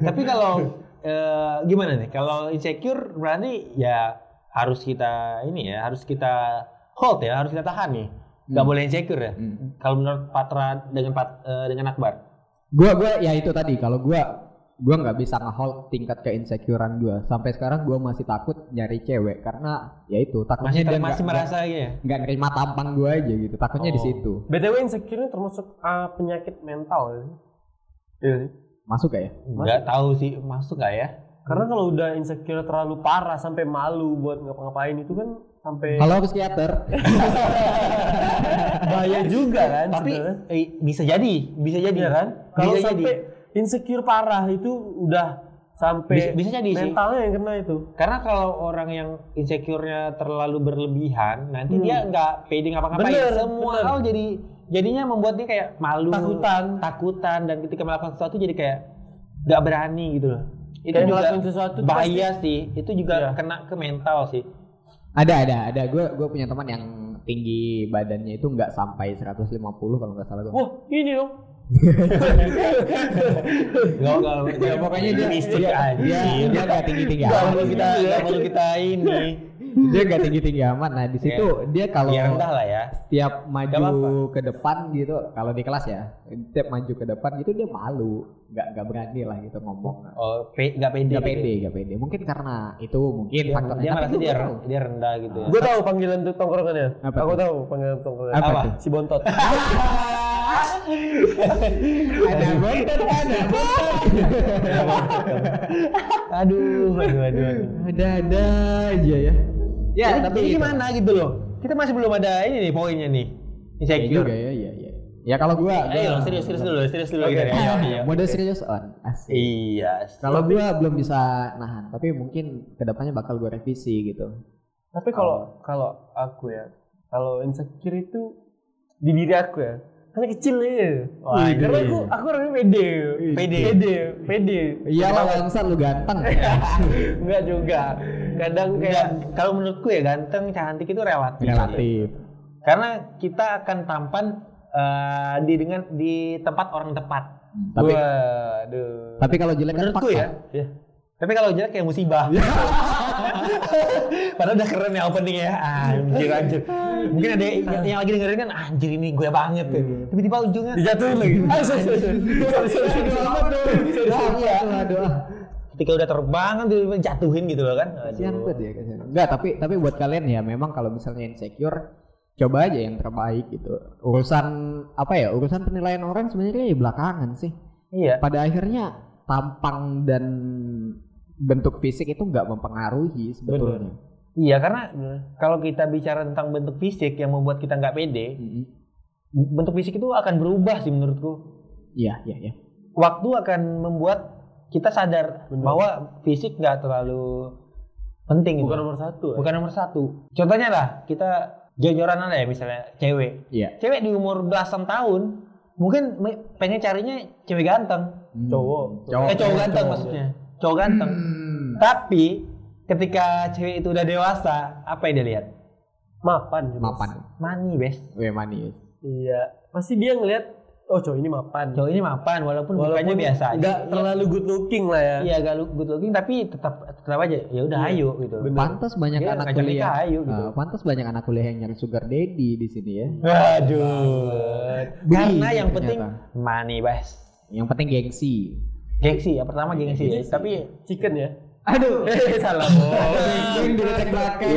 Tapi kalau eh, gimana nih? Kalau insecure berarti ya harus kita ini ya, harus kita hold ya, harus kita tahan nih. Gak
Hmm.
boleh insecure ya.
Hmm.
Kalau menurut Patra dengan Pat- eh, dengan Akbar.
gua gua ya itu tadi kalau gua gua nggak bisa ngehold tingkat keinsecurean gua sampai sekarang gua masih takut nyari cewek karena ya itu takutnya
Masih
dia
masih
nggak-
merasa ya.
nggak- nggak nerima tampang gua aja gitu takutnya di
Oh.
situ
BTW insecure ini termasuk ah, penyakit mental. ya? Iya. sih.
masuk gak ya
Enggak tahu sih masuk gak ya?
Karena kalau udah insecure terlalu parah sampai malu buat ngapa-ngapain itu kan sampai
halo psikiater
bahaya juga kan.
Iya Tapi
sebenarnya.
eh, bisa jadi, bisa jadi
Iya kan? Kalau
bisa
sampai
jadi.
insecure parah itu udah sampai
Bisa- bisa jadi sih.
mentalnya yang kena itu.
Karena kalau orang yang insecure-nya terlalu berlebihan, nanti
Hmm.
dia nggak pede
Bener,
ngapa-ngapain. Semua
bener.
hal jadi jadinya membuat dia kayak malu,
Takutan.
takutan dan ketika melakukan sesuatu jadi kayak nggak berani gitu loh. Itu
Kayak
juga
ngelakuin sesuatu tuh
bahaya sih. Itu juga
Iya.
kena ke mental sih.
ada ada ada gua gua punya teman yang tinggi badannya itu nggak sampai 150 kalau nggak salah gua
Wah, ini dong.
Gak, gak,
ya pokoknya dia
mistik
dia
aja.
dia, dia nggak tinggi tinggi
Gak
amat
perlu kita, gak perlu kita ini.
dia nggak tinggi tinggi amat nah di situ dia kalau
Ya rendah lah ya.
tiap
Gak apa-apa.
maju ke depan gitu kalau di kelas ya tiap maju ke depan gitu dia malu nggak nggak berani lah gitu ngomong
Oh, pe, gak pede.
nggak
gitu.
pede nggak pede mungkin karena itu mungkin
Dia,
faktornya
Iya, dia
Tapi
merasa
gua
dia,
nggak tahu.
dia rendah gitu ya.
Gue tahu panggilan untuk tongkrongannya.
Apa
Aku
tuh?
tahu panggilan tongkrongannya.
apa,
Apa?
tuh
Si bontot.
ada
Iya.
bontot ada bontot
aduh, aduh, aduh. aduh.
ada ada aja ya ya
jadi,
tapi
jadi
itu.
gimana gitu loh? Kita masih belum ada ini nih poinnya nih.
ya
Insecure.
juga ya ya ya ya kalau gua, gua
Iya, Ayo, serius serius dulu, serius dulu
Oke.
kita. Ayo, ayo.
mode serius on asik
Iya.
kalau gua belum bisa nahan tapi mungkin kedepannya bakal gua revisi gitu
Tapi kalau kalau aku ya, kalau insecure itu di diri aku ya. Karena kecil ya.
Wah, ini.
Karena aku aku orangnya pede.
Pede.
Pede. Pede.
iya lah bangsat lu ganteng
Iya,
Enggak juga. Kadang
Enggak,
kayak
kalau menurutku ya ganteng, cantik itu relatif.
relatif
Karena kita akan tampan eh, di dengan di tempat orang tepat.
tapi
waduh.
tapi kalau jelek kan
Menurutku
fakta.
ya.
Ya.
Tapi kalau jelek kayak musibah.
Iya.
Padahal udah keren ya opening ya. Anjir anjir. Mungkin ada
Iya.
yang, yang lagi dengerin kan anjir ini gue banget tuh. Tiba-tiba ujungnya
Dijatuhin lagi. Ah, sorry, sorry, sorry. Iya. Sorry, sorry, sorry.
Iya.
Doa, doa, doa.
ketika udah terbang kan tiba-tiba jatuhin gitu loh kan. Aduh.
Kasihan banget ya, kasihan. Enggak, tapi tapi buat kalian ya memang kalau misalnya insecure coba aja yang terbaik gitu. Urusan apa ya? Urusan penilaian orang sebenarnya ya belakangan sih.
Iya.
Pada akhirnya tampang dan bentuk fisik itu nggak mempengaruhi sebetulnya.
Iya karena kalau kita bicara tentang bentuk fisik yang membuat kita nggak pede,
Mm-mm.
bentuk fisik itu akan berubah sih menurutku.
Iya, iya, iya.
Waktu akan membuat kita sadar
Bener.
bahwa fisik nggak terlalu penting gitu.
Bukan nomor satu. ya?
Bukan nomor satu. Contohnya lah kita jor-joran ada ya misalnya cewek.
Iya.
Cewek di umur belasan tahun mungkin me- pengen carinya cewek ganteng.
Hmm.
Cowok.
Cowok.
eh cowok ganteng
cowok.
maksudnya. Cowok ganteng.
Hmm.
Tapi ketika cewek itu udah dewasa, apa yang dia lihat?
Mapan. ya, Mas.
Mapan.
Money, bes.
We manis.
Iya. Pasti dia ngelihat, oh cowok ini mapan.
Cowok ini mapan walaupun, mukanya kan biasa aja.
Nggak terlalu good looking lah ya.
Iya, agak good looking tapi tetap tetap aja ya udah
Iya,
ayo gitu.
bener.
Pantas banyak
Iya,
anak
ngajak
kuliah.
nikah, ayo, gitu.
Eh, pantas banyak anak kuliah yang nyari sugar daddy di sini ya.
Waduh. Karena
Iya,
yang penting
ternyata.
money, bes.
Yang penting gengsi.
Gengsi ya pertama gengsi,
Gengsi.
tapi
Chicken ya.
Aduh.
Eh, salah.
Mungkin direcek belakang.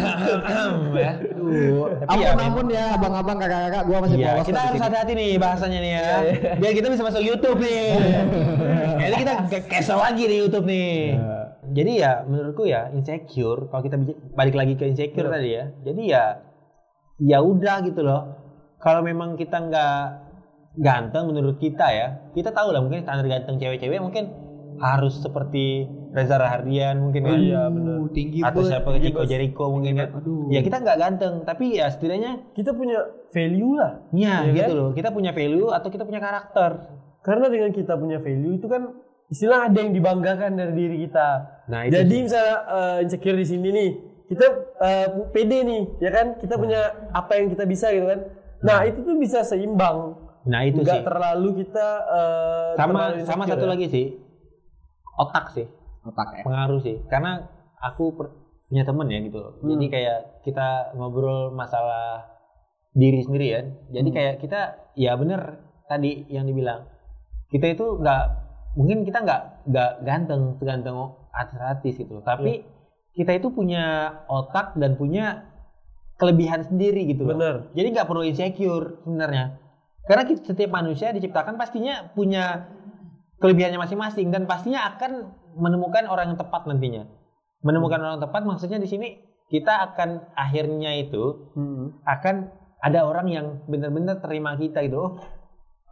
Iya.
Aduh,
Tapi ya,
ampun ampun ya abang-abang kakak-kakak gua masih
Iya,
polos
kita
kok di
harus
sini.
hati-hati Iya. nih bahasanya nih ya. Biar kita bisa masuk YouTube nih. Jadi kita ke- kesel lagi di YouTube nih. Jadi ya menurutku ya insecure kalau kita bij- balik lagi ke insecure tadi ya. Jadi ya ya udah gitu loh. Kalau memang kita nggak ganteng menurut kita ya, kita tahu lah mungkin standar ganteng cewek-cewek mungkin harus seperti Reza Rahardian mungkin kan.
Iya,
Aduh,
bener.
Tinggi
Atau
banget.
siapa Chico Jericho mungkin kan.
Aduh.
Ya kita nggak ganteng, tapi ya setidaknya
Kita punya value lah.
Iya
Iya
gitu
kan?
loh. Kita punya value atau kita punya karakter.
Karena dengan kita punya value itu kan istilah ada yang dibanggakan dari diri kita.
Nah,
Jadi misalnya eh, insecure di sini nih, kita eh, pede nih, ya kan? Kita
Nah.
punya apa yang kita bisa gitu kan. Nah, itu tuh bisa seimbang.
nah itu
Enggak
sih.
terlalu kita eh,
Sama
terlalu
sama
insecure
satu
ya.
lagi sih. Otak sih,
otak ya.
pengaruh sih. Karena aku per- punya temen ya gitu loh.
Hmm.
Jadi kayak kita ngobrol masalah diri sendiri ya. Jadi
Hmm.
kayak kita ya bener tadi yang dibilang. Kita itu nggak mungkin kita nggak nggak ganteng seganteng artis-artis gitu loh.
Iya.
Tapi kita itu punya otak dan punya kelebihan sendiri gitu loh.
Bener.
Jadi nggak perlu insecure sebenarnya. Karena kita- setiap manusia diciptakan pastinya punya kelebihannya masing-masing dan pastinya akan menemukan orang yang tepat nantinya. Menemukan orang yang tepat maksudnya di sini kita akan akhirnya itu
Hmm.
akan ada orang yang benar-benar terima kita gitu. Oh,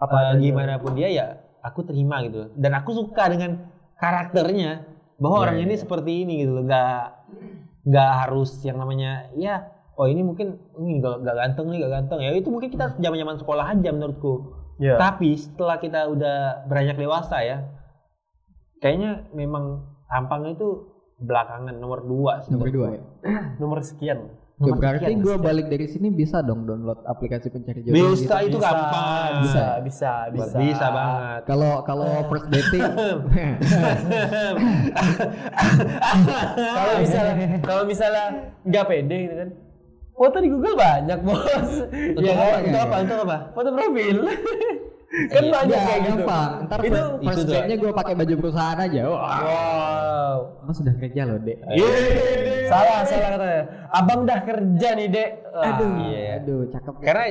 Apa
eh,
adanya.
gimana pun dia ya aku terima gitu. Dan aku suka dengan karakternya bahwa
Iya,
orang
iya,
ini
iya.
seperti ini gitu loh. Nggak nggak harus yang namanya ya oh ini mungkin ini nggak nggak ganteng nih nggak ganteng ya itu mungkin kita zaman zaman sekolah aja menurutku
Iya.
tapi setelah kita udah beranjak dewasa ya, kayaknya memang tampang itu belakangan nomor dua sih.
Nomor dua ya.
Nomor sekian.
Ya,
Nomor
berarti
sekian.
gua balik dari sini bisa dong download aplikasi pencari jodoh.
Bisa
gitu.
Ah, itu gampang.
Bisa, bisa, bisa.
bisa, banget.
Kalau kalau first dating
Kalau misalnya kalau misalnya nggak pede gitu kan. Foto di Google banyak, Bos.
Untuk
Iya kan?
apa? Untuk apa? Untuk apa?
Foto profil. kan
Iya.
banyak
Nggak,
kayak gitu.
gampang. Ntar
Itu
first- first
itu tuh.
date-nya gua pakai baju perusahaan aja. Wah,
wow.
Mas sudah kerja loh, Dek.
Iya.
Salah, salah katanya. Abang dah kerja nih, Dek. Ah,
Aduh,
iya.
aduh, cakep.
Karena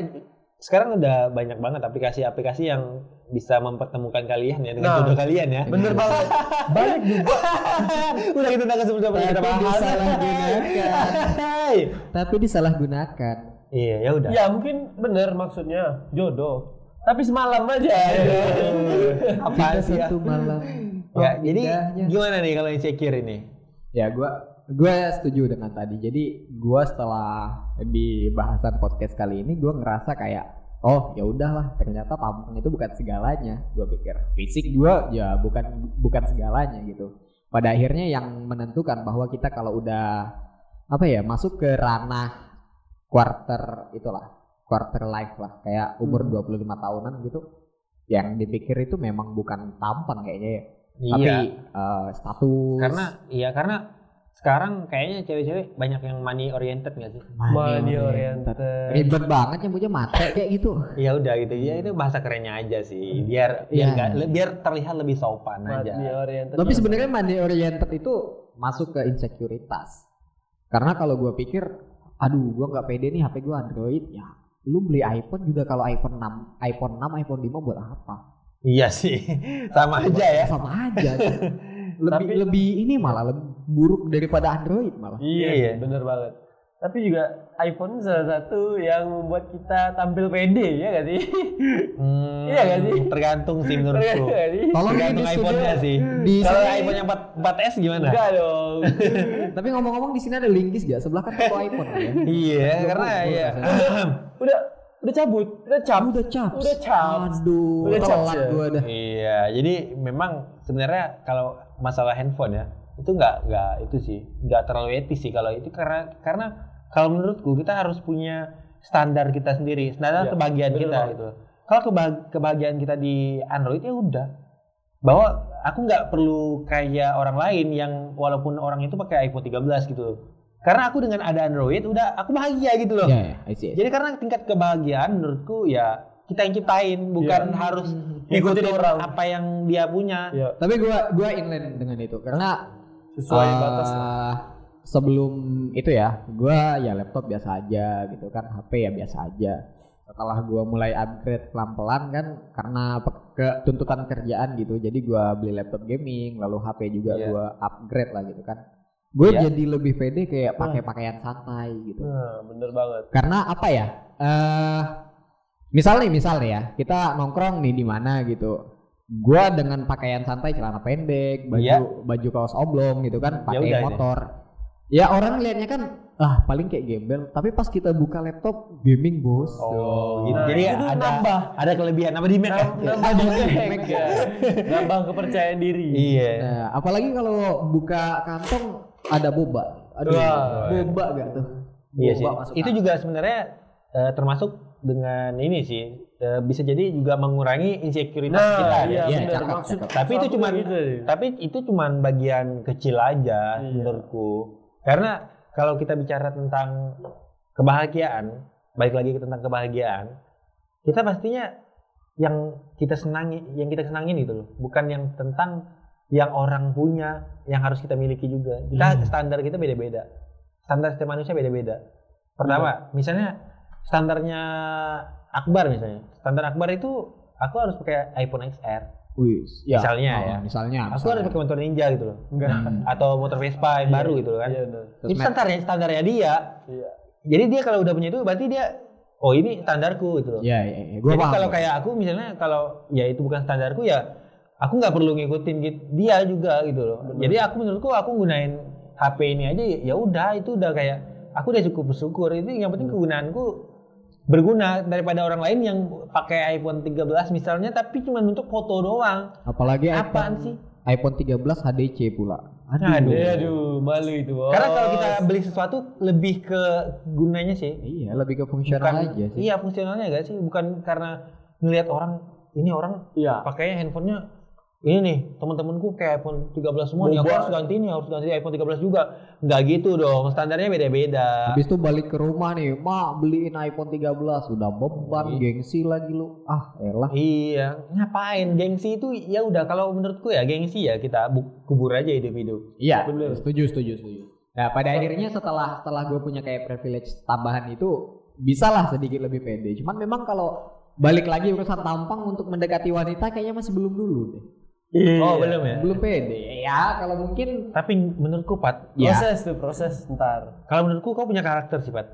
sekarang udah banyak banget aplikasi-aplikasi yang bisa mempertemukan kalian ya dengan
Nah.
jodoh kalian ya.
Bener banget. Banyak juga.
Udah kita tangkap sebelum kita
Tapi
bahas.
disalahgunakan.
Hai.
Tapi disalahgunakan.
Iya, ya udah.
Ya mungkin bener maksudnya jodoh. Tapi semalam aja.
Apa
Kita
sih ya?
satu malam.
Ya,
Oh,
jadi
indahnya.
gimana nih kalau insecure ini?
Ya gua gua setuju dengan tadi. Jadi gua setelah di bahasan podcast kali ini gua ngerasa kayak oh ya udahlah ternyata tampang itu bukan segalanya. Gua pikir fisik gua ya bukan bukan segalanya gitu. Pada akhirnya yang menentukan bahwa kita kalau udah apa ya masuk ke ranah quarter itulah quarter life lah
Hmm.
kayak umur 25 tahunan gitu yang dipikir itu memang bukan tampang kayaknya ya tapi
Iya.
eh, status
Karena iya karena sekarang kayaknya cewek-cewek banyak yang money oriented nggak sih?
Money oriented.
ribet banget nyebutnya mate kayak gitu
Ya udah gitu ya itu bahasa kerennya aja sih. Biar
Iya.
biar nggak biar terlihat lebih sopan aja.
Money oriented.
tapi sebenarnya money oriented itu masuk ke insekuritas karena kalau gua pikir aduh gua nggak pede nih HP gua Android ya lu beli iPhone juga kalau iPhone 6 iPhone 6 iPhone 5 buat apa
Iya sih. Sama aja ya.
sama aja lebih
Tapi-
lebih ini malah lebih buruk daripada Android malah
Iya,
Iya.
bener banget. Tapi juga iPhone salah satu yang membuat kita tampil pede ya gak sih?
Hmm,
Iya nggak sih?
Tergantung sih
Bener
menurutku.
nggak sih?
tolong ini
Tergantung
di
iPhone-nya
studio-
sih.
di
Kalau
sini-
iPhone yang 4, 4S gimana?
Hmm. Enggak dong.
tapi ngomong-ngomong di sini ada linggis gak sebelah kan foto iPhone ya
Iya,
Gua-
karena
gua- gua
ya.
udah udah cabut, udah cap.
udah cap
Udah caps.
aduh
Udah caps
telat
ya.
gua dah
Iya, jadi memang sebenarnya kalau masalah handphone ya itu nggak nggak itu sih nggak terlalu etis sih kalau itu karena karena kalau menurutku kita harus punya standar kita sendiri standar
Iya,
kebahagiaan
bener
kita
banget.
gitu. Kalau keba- kebahagiaan kita di Android ya udah bahwa aku nggak perlu kayak orang lain yang walaupun orang itu pakai iPhone 13 gitu. Karena aku dengan ada Android udah aku bahagia gitu loh.
ya ya I see, I see.
Jadi karena tingkat kebahagiaan menurutku ya kita yang ciptain bukan
Iya.
harus
Hmm.
ngikutin Ah.
Ngikutin orang.
apa yang dia punya.
Ya,
tapi gua gua inline dengan itu karena
sesuai
Ah.
Eh,
batas. lah.
Sebelum itu ya, gua ya laptop biasa aja gitu kan, HP ya biasa aja. Setelah gua mulai upgrade pelan-pelan kan karena pe- ke tuntutan kerjaan gitu. Jadi gua beli laptop gaming, lalu HP juga
Iya.
gua upgrade lah gitu kan. Gue
Iya.
jadi lebih pede kayak pakai pakaian santai gitu
Nah, bener banget.
karena apa ya eh misalnya misalnya ya kita nongkrong nih di mana gitu gua dengan pakaian santai celana pendek baju
Iya.
baju kaos oblong gitu kan pakai
udah ya. ini.
motor ya orang liatnya kan ah paling kayak gembel tapi pas kita buka laptop gaming bos
Oh,
gitu.
Jadi
itu
ada
nambah.
ada kelebihan apa di Mac ya?
Nambah jelek ya. Nambah kepercayaan diri.
Iya.
nah apalagi kalau buka kantong ada boba aduh
Wah.
boba gak tuh
Iya sih.
Boba masuk
Itu
kantong.
juga sebenarnya eh, termasuk dengan ini sih eh, bisa jadi juga mengurangi insekuritas kita.
Nah,
ya.
iya,
Iya,
bener.
cakep,
Maksud,
cakep.
Tapi itu
maksud
cuman- Iya,
gitu.
Tapi itu cuman bagian kecil aja
Iya.
menurutku. Karena kalau kita bicara tentang kebahagiaan, balik lagi ke tentang kebahagiaan, kita pastinya yang kita senangi, yang kita senangin gitu loh, bukan yang tentang yang orang punya, yang harus kita miliki juga. Kita
Hmm.
standar kita beda-beda. Standar setiap manusia beda-beda. Pertama, misalnya standarnya Akbar misalnya. Standar Akbar itu aku harus pakai iPhone XR.
Wih, ya.
Misalnya
Oh,
ya.
misalnya
Aku harus pakai motor ninja gitu loh.
Enggak.
Hmm.
Atau motor Vespa yang
Iya,
baru gitu loh kan.
Iya, bener.
Terus
Itu
Mac.
standarnya standarnya dia.
Iya.
Jadi dia kalau udah punya itu berarti dia oh ini standarku gitu loh.
ya ya, ya. gua
Jadi
paham
kalau kayak aku misalnya kalau ya itu bukan standarku ya aku nggak perlu ngikutin gitu, dia juga gitu loh.
Bener.
Jadi aku menurutku aku gunain HP ini aja ya udah itu udah kayak aku udah cukup bersyukur itu yang penting kegunaanku berguna daripada orang lain yang pakai iPhone 13 misalnya tapi cuma untuk foto doang.
apalagi
Apaan
iPhone-
sih?
iPhone 13 HDC pula.
Aduh.
Iya, aduh, malu itu. Bos.
Karena kalau kita beli sesuatu lebih ke gunanya sih.
Iya, lebih ke
Bukan
fungsional aja sih.
iya fungsionalnya gak sih? Bukan karena ngelihat orang ini orang
Iya.
pakainya handphonenya ini nih teman-temanku kayak iPhone 13 semua nih aku
Boba.
harus ganti nih harus ganti iPhone 13 juga nggak gitu dong standarnya beda-beda
Habis itu balik ke rumah nih, "Mak, beliin iPhone 13, udah beban,
Iya.
gengsi lagi lu." Ah, elah.
iya ngapain gengsi itu ya udah kalau menurutku ya gengsi ya kita bu- kubur aja hidup-hidup
Iya,
bener.
setuju, setuju, setuju. Nah, pada akhirnya setelah setelah gue punya kayak privilege tambahan itu bisalah sedikit lebih pede. Cuman memang kalau balik lagi urusan tampang untuk mendekati wanita kayaknya masih belum dulu deh. Iya.
oh belum ya
Belum pede. Ya, kalau mungkin
tapi menurutku Pat
Ya.
Proses tuh, proses ntar.
kalau menurutku kau punya karakter sih Pat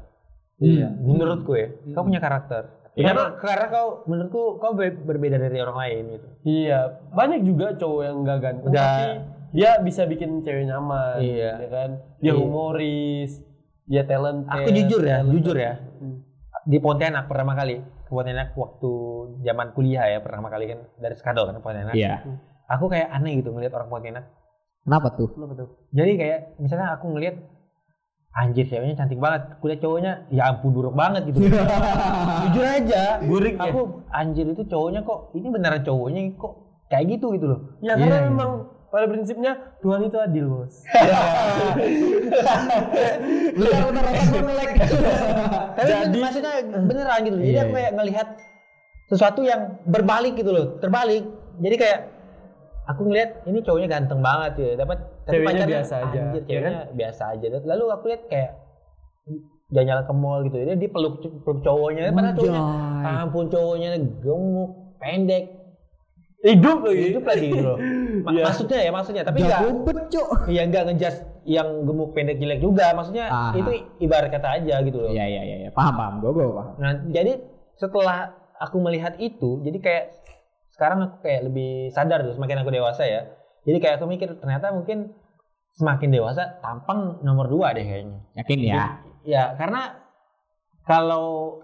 Iya.
menurutku ya
Hmm.
kau punya karakter
Iya.
Kenapa? Karena kau menurutku kau be- berbeda dari orang lain gitu.
Iya, banyak juga cowok yang gak ganteng
Nggak.
tapi dia bisa bikin cewek nyaman,
Iya.
ya kan? Dia
Iya.
humoris, dia talented.
Aku jujur ya,
talented.
jujur ya.
Iya, Hmm.
di Pontianak pertama kali ke Pontianak waktu zaman kuliah ya pertama kali kan dari Skadol kan ke Pontianak
Iya.
aku kayak aneh gitu ngelihat orang Pontianak
Kenapa tuh?
Kenapa tuh?
jadi kayak misalnya aku ngelihat anjir ceweknya cantik banget aku lihat cowoknya ya ampun buruk banget gitu jujur aja
Burik ya?
aku anjir itu cowoknya kok ini beneran cowoknya kok kayak gitu gitu loh
Ya karena
Iya, iya.
memang pada prinsipnya Tuhan itu adil bos.
Bentar, bentar, otak gue melek.
Tapi jadi, maksudnya
eh.
beneran gitu. Jadi
Iya,
aku kayak ngelihat sesuatu yang berbalik gitu loh, terbalik. Jadi kayak aku ngelihat ini cowoknya ganteng banget ya, dapat
Ceweknya biasa aja,
anjir,
ya
ceweknya biasa aja. Lalu aku lihat kayak jalan-jalan ke mall gitu, jadi dia peluk, peluk cowoknya, padahal cowoknya,
Anjay.
ampun cowoknya gemuk, pendek,
Hidup lagi.
hidup lagi gitu loh. Ma-
Iya.
Maksudnya ya, maksudnya. Tapi enggak,
Jago bet, Cuk.
ya enggak ngejudge yang gemuk pendek jelek juga. Maksudnya
Aha.
itu ibarat kata aja gitu loh.
Iya, iya, iya, iya. Paham, paham. Gue, gue paham.
Nah, jadi setelah aku melihat itu, jadi kayak sekarang aku kayak lebih sadar tuh semakin aku dewasa ya. Jadi kayak aku mikir ternyata mungkin semakin dewasa tampang nomor dua deh kayaknya.
Yakin ya?
Ya karena kalau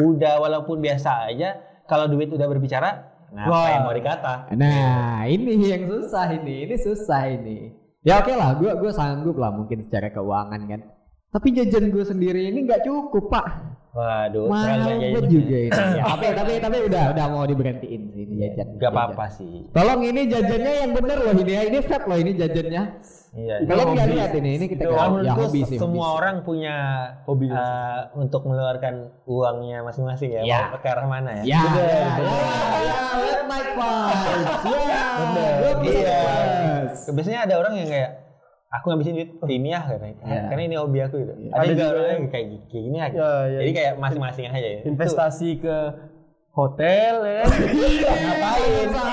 udah walaupun biasa aja, kalau duit udah berbicara,
Wah.
ngapain mau dikata?
Nah, ini yang susah ini, ini susah ini. Ya oke lah, gue gue sanggup lah mungkin secara keuangan kan. Tapi jajan gue sendiri ini nggak cukup pak,
Waduh, terlalu
mahal
kayak
banget
jajan.
juga ini.
Iya.
Ya, tapi tapi tapi udah udah mau diberhentiin sih ini jajan.
Gak Iya, apa-apa sih.
Tolong ini jajannya yang bener loh ini ya, ini fat loh ini jajannya.
Iya.
Kalian nggak
hobi.
lihat ini, ini kita
Kalau
nggak-
menurut
ya
gua,
hobi sih.
semua
hobi sih.
orang punya
Hobi.
eh, untuk mengeluarkan uangnya masing-masing ya,
Ya.
mau ke arah mana ya?
Ya,
Bener,
ya,
bener.
ya, ya, let my points. Ya,
Bener,
let my
iya.
points.
Biasanya ada orang yang kayak aku ngabisin duit primiah katanya.
Ya.
Karena ini hobi aku gitu.
Iya.
Ada,
Ada
juga
juga
orang
yang-
yang kayak gi- kayak gini aja.
Ya, ya.
Jadi kayak masing-masing aja ya.
Investasi ke hotel ya kan.
Iya, Ngapain?
Itu-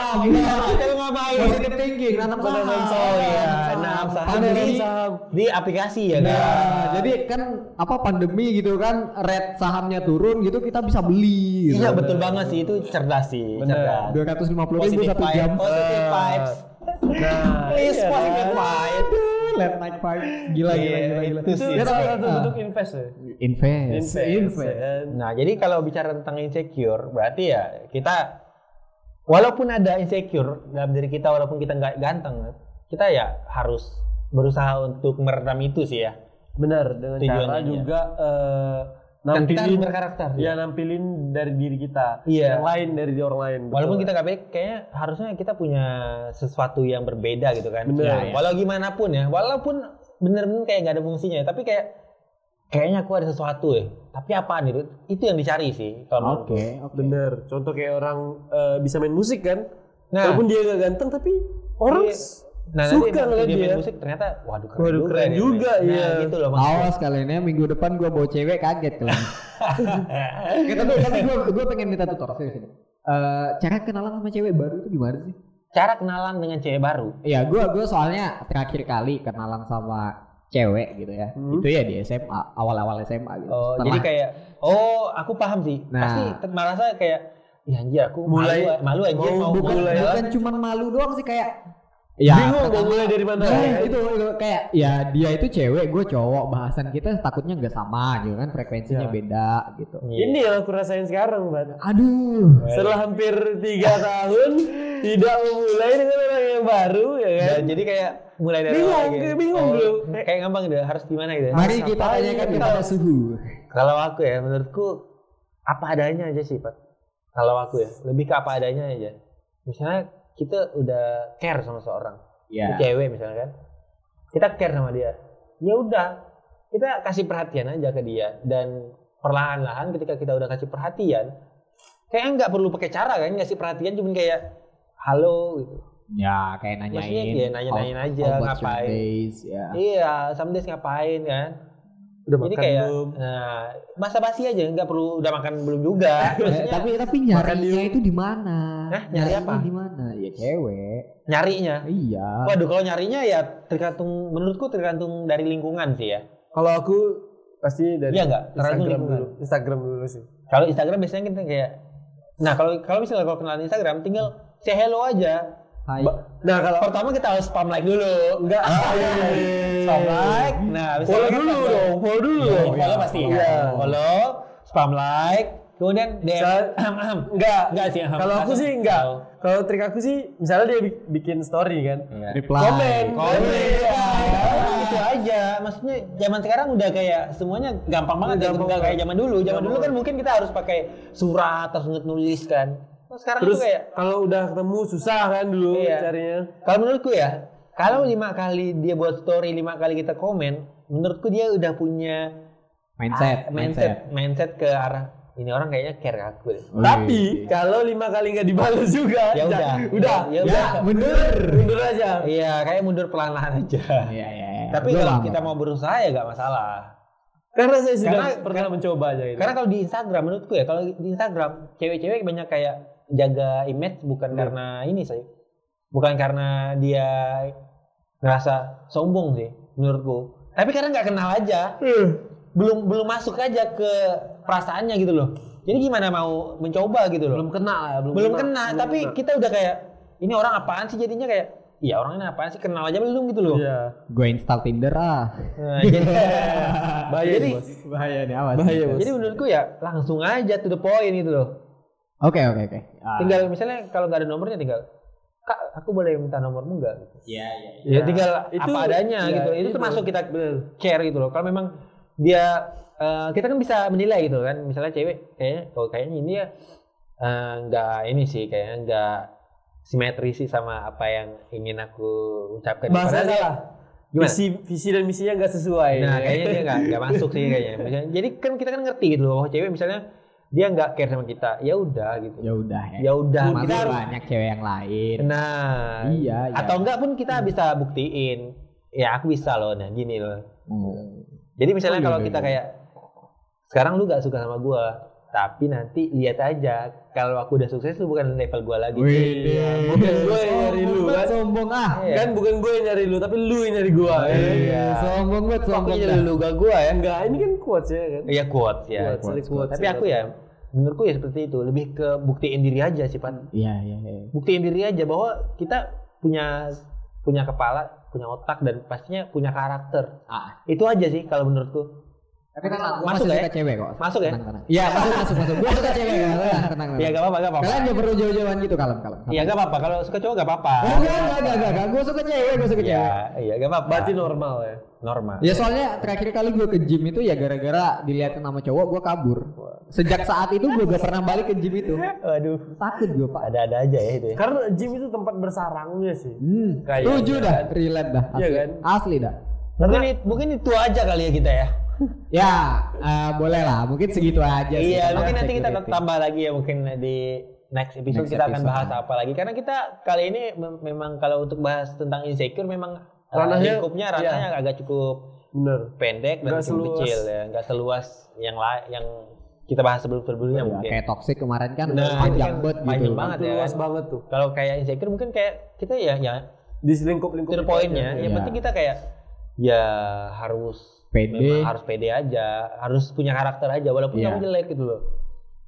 Itu ngapain?
Positive thinking, nanam saham.
Menanam saham,
Iya.
ya.
Nanam saham.
Iya,
Pandemi.
Jadi-
Saham.
Di aplikasi ya
Nah,
kan.
jadi kan apa pandemi gitu kan, red sahamnya turun gitu kita bisa beli. gitu. kan?
Iya betul banget sih itu cerdas sih.
Bener.
Cerdas.
Dua ratus lima puluh ribu
Positive Oh,
satu
vibes.
jam. Ah.
Positive vibes.
Nah,
Please
iya
positive
kan?
vibes.
Late night five. Gila, gila,
Iya,
gila, gila.
itu
Itu
sih.
Ya, tapi,
salah satu
ah,
bentuk invest ya.
Invest, invest.
ya kan?
Nah, jadi kalau bicara tentang insecure, berarti ya kita walaupun ada insecure dalam diri kita, walaupun kita nggak ganteng, kita ya harus berusaha untuk meredam itu sih ya.
Benar dengan
Tujuannya,
cara
iya.
juga eh,
Dan kita harus
nampilin
berkarakter.
ya nampilin dari diri kita,
Iya.
yang lain dari orang lain. betul.
Walaupun kita nggak baik, kayaknya harusnya kita punya sesuatu yang berbeda gitu kan.
Bener.
Ya, Walau gimana pun ya, walaupun bener-bener kayak nggak ada fungsinya, tapi kayak kayaknya aku ada sesuatu ya. Tapi apaan itu? Itu yang dicari sih. kalau menurut
Oke, oke.
bener. Contoh kayak orang eh, bisa main musik kan,
gue. Nah,
walaupun dia nggak ganteng tapi orang
Iya.
s-
nah nanti
suka
waktu
ngeliat
dia
dia.
main musik ternyata waduh keren,
Waduh, keren
ya,
juga,
men.
iya.
Nah, gitu loh maksudnya.
Awas kalian ya minggu depan gua bawa cewek kaget kan? kalian. Oke, tapi
Oh.
tapi gua gua pengen minta tutor sih. Eh, cara kenalan sama cewek baru itu gimana sih?
Cara kenalan dengan cewek baru.
Iya, gua gua soalnya terakhir kali kenalan sama cewek gitu ya.
Hmm.
Itu ya di SMA, awal-awal SMA gitu.
Oh,
Setelah-
jadi kayak oh, aku paham sih.
Nah.
Pasti ter- merasa kayak ya anjir aku
Mulai- Oh,
malu, malu anjir
mau
mau
bukan
mau kenalan.
bukan cuman malu doang sih kayak ya
bingung mau
pertama-
mulai dari mana.
Nah,
ya
Iya.
kan?
itu, itu kayak ya dia itu cewek, gue cowok. Bahasan kita takutnya nggak sama gitu kan, frekuensinya
Ya.
beda gitu.
Iya.
Ini yang aku rasain sekarang, Bang.
Aduh.
Setelah hampir tiga tahun tidak memulai dengan orang yang baru, ya kan?
Dan Nah, jadi kayak mulai dari
Bingung,
awal kayak, "Oh,
bingung dulu.
Kayak gampang deh, harus gimana gitu. ya.
Mari kita
ngapain
tanyakan
kita-
kepada suhu.
Kalau aku ya menurutku apa adanya aja sih, Pak. Kalau aku ya, lebih ke apa adanya aja. Misalnya kita udah care sama seorang.
Iya.
Ini
Ya.
cewek misalnya kan kita care sama dia ya udah kita kasih perhatian aja ke dia dan perlahan-lahan ketika kita udah kasih perhatian kayaknya nggak perlu pakai cara kan ngasih perhatian cuman kayak halo gitu
Ya, kayak nanyain.
Maksudnya kayak nanya-nanyain
how-
aja,
how was your
ngapain.
days, ya.
iya someday ngapain kan
Udah
jadi
makan
kayak
belum?
nah masa basi aja nggak perlu udah makan belum juga
Iya.
Eh,
maksudnya
tapi tapi nyarinya itu di mana?
Hah, nyari apa?
Di mana? Ya cewek.
nyarinya
Iya.
Ah.
waduh kalau nyarinya ya tergantung menurutku tergantung dari lingkungan sih ya
Kalau aku pasti dari
Iya nggak? Tergantung
Instagram
lingkungan.
dulu. Instagram dulu sih.
Kalau Instagram biasanya kita kayak Nah, kalau kalau misalnya kalau kenalan Instagram tinggal say hello aja.
Hai.
Nah, kalau
Pertama kita harus spam like dulu.
enggak
Spam like. Nah, habis itu
iya, Follow
kita
dulu
spam like.
dong, follow dulu
Iya,
dong.
Follow pasti. ya.
Iya.
Follow, spam like, kemudian DM.
Saya-
Enggak, enggak sih.
Kalau aku sih enggak. Kalau trik aku sih misalnya dia bi- bikin story kan.
Iya.
Reply.
Komen.
Komen.
Iya.
ya, Itu aja. Maksudnya zaman sekarang udah kayak semuanya gampang banget dan
Gampang
enggak kayak
banget.
zaman dulu. Zaman
Gampang
dulu kan mungkin kita harus pakai surat terus nulis kan. Terus sekarang
Terus
tuh kayak
kalau udah ketemu susah kan dulu
Iya.
carinya.
kalau menurutku ya, kalau lima kali dia buat story, lima kali kita komen, menurutku dia udah punya
Mindset,
ah, mindset, mindset ke arah ini orang kayaknya care ke aku. deh."
Oke.
Tapi kalau lima kali nggak dibalas juga,
Ya
ja-
udah.
udah,
Ya
ya, bener.
mundur aja.
Iya, kayak mundur pelan-pelan aja.
Iya, iya, iya.
Tapi
Gua
kalau
paham,
kita
Bang.
mau berusaha ya nggak masalah.
Karena saya sudah
Karena-
pernah mencobanya itu.
Karena kalau di Instagram menurutku ya, kalau di Instagram cewek-cewek banyak kayak jaga image
Iya.
bukan karena ini sih. Bukan karena dia ngerasa sombong sih menurutku. Tapi karena nggak kenal aja, belum belum masuk aja ke perasaannya gitu loh. Jadi gimana mau mencoba gitu loh.
belum kena lah, ya, belum,
Belum, kena,
belum
tapi
kena.
kita udah kayak ini orang apaan sih jadinya kayak Iya orang ini apaan sih kenal aja belum gitu loh.
Iya.
gue install Tinder ah.
Nah, jadi,
Bahaya
jadi,
itu, Bos.
Bahaya nih awas.
Bahaya, Bos.
jadi menurutku ya langsung aja to the point gitu loh.
Oke, oke, oke. Ah,
tinggal misalnya kalau nggak ada nomornya tinggal kak aku boleh minta nomormu nggak
Iya, iya. iya.
ya,
Ya,
tinggal
itu-
apa adanya
ya,
gitu itu
itu.
termasuk kita care gitu loh kalau memang dia eh, kita kan bisa menilai gitu kan misalnya cewek kayaknya kalau kayaknya ini ya eh, nggak ini sih kayaknya nggak simetris sih sama apa yang ingin aku ucapkan
Bahasa Iya,
Padahal dia-
salah.
Gimana?
Visi, visi dan misinya nggak sesuai.
Nah, kayaknya dia nggak nggak masuk sih kayaknya. Misalnya- jadi kan kita kan ngerti gitu loh, bahwa cewek misalnya dia nggak care sama kita, ya udah gitu.
Ya udah ya.
Ya udah,
Masih
kita harus
banyak cewek yang lain.
Nah,
Iya, iya.
Atau enggak pun kita bisa buktiin. Ya aku bisa loh, nah gini loh.
Hmm.
Jadi
Oh,
misalnya
iya,
kalau
iya,
kita
iya.
kayak sekarang lu gak suka sama gua, tapi nanti lihat aja kalau aku udah sukses lu bukan level gua lagi.
Wih,
bukan gue yang nyari lu,
sombong banget,
kan?
sombong ah.
Iya.
Kan bukan gue yang nyari lu, tapi lu yang nyari gue.
Iya, sombong banget,
Aku
sombong.
jadi
dah.
lu gak gua ya.
Enggak, ini kan kuat ya kan.
Iya kuat ya.
Quotes,
quotes,
quotes,
quotes.
Tapi aku ya menurutku ya seperti itu, lebih ke buktiin diri aja sih, Pan.
Iya, iya, iya.
Buktiin diri aja bahwa kita punya punya kepala, punya otak dan pastinya punya karakter.
Ah,
Itu aja sih kalau menurutku.
Tapi tenang, gua
Masuk
masih
ya?
suka cewek kok.
Masuk ya?
Tenang, tenang. Iya, masuk, masuk, masuk. Gua suka cewek kok. Tenang, tenang.
Iya
tenang.
gak apa-apa, gak apa-apa.
Kalian gak perlu jauh-jauhan gitu, kalem, kalem.
Iya gak apa-apa, kalau suka cowok gak apa-apa.
Enggak, enggak, enggak, enggak, enggak. Gua suka cewek, gua suka
Iya,
cewek.
iya gak apa-apa.
Berarti normal ya.
normal.
Ya soalnya terakhir kali gue ke gym itu ya gara-gara dilihatin sama cowok gue kabur. Sejak saat itu gue gak pernah balik ke gym itu.
Waduh,
Takut gue pak.
ada-ada aja ya itu ya.
Karena gym itu tempat bersarangnya sih.
Hmm,
Kayak
setuju
iya
dah, relate dah. Asli,
Iya kan?
asli dah.
Mungkin, it- mungkin itu aja kali ya kita ya.
Ya, eh, boleh lah. Mungkin segitu aja. sih gitu.
Iya,
tentang
mungkin nanti kita
security.
tambah lagi ya mungkin di next episode
Next
kita akan
episode.
bahas apa lagi. Karena kita kali ini mem- memang kalau untuk bahas tentang insecure memang eh,
Ranahnya-
lingkupnya ranahnya agak cukup
Bener.
pendek dan
Nggak
cukup
seluas.
kecil ya, nggak seluas yang la- yang kita bahas sebelum-sebelumnya
Ya,
mungkin.
kayak toxic kemarin kan
Nah,
panjang
itu kan
banget gitu.
panjang banget ya.
Luas
kan.
banget tuh.
Kalau kayak insecure mungkin kayak kita ya ya
Di lingkup-lingkup.
Itu
itu
poinnya.
aja.
Yang
Iya.
penting kita kayak ya harus
Pede.
memang harus pede aja, harus punya karakter aja walaupun
Iya.
kamu jelek gitu loh.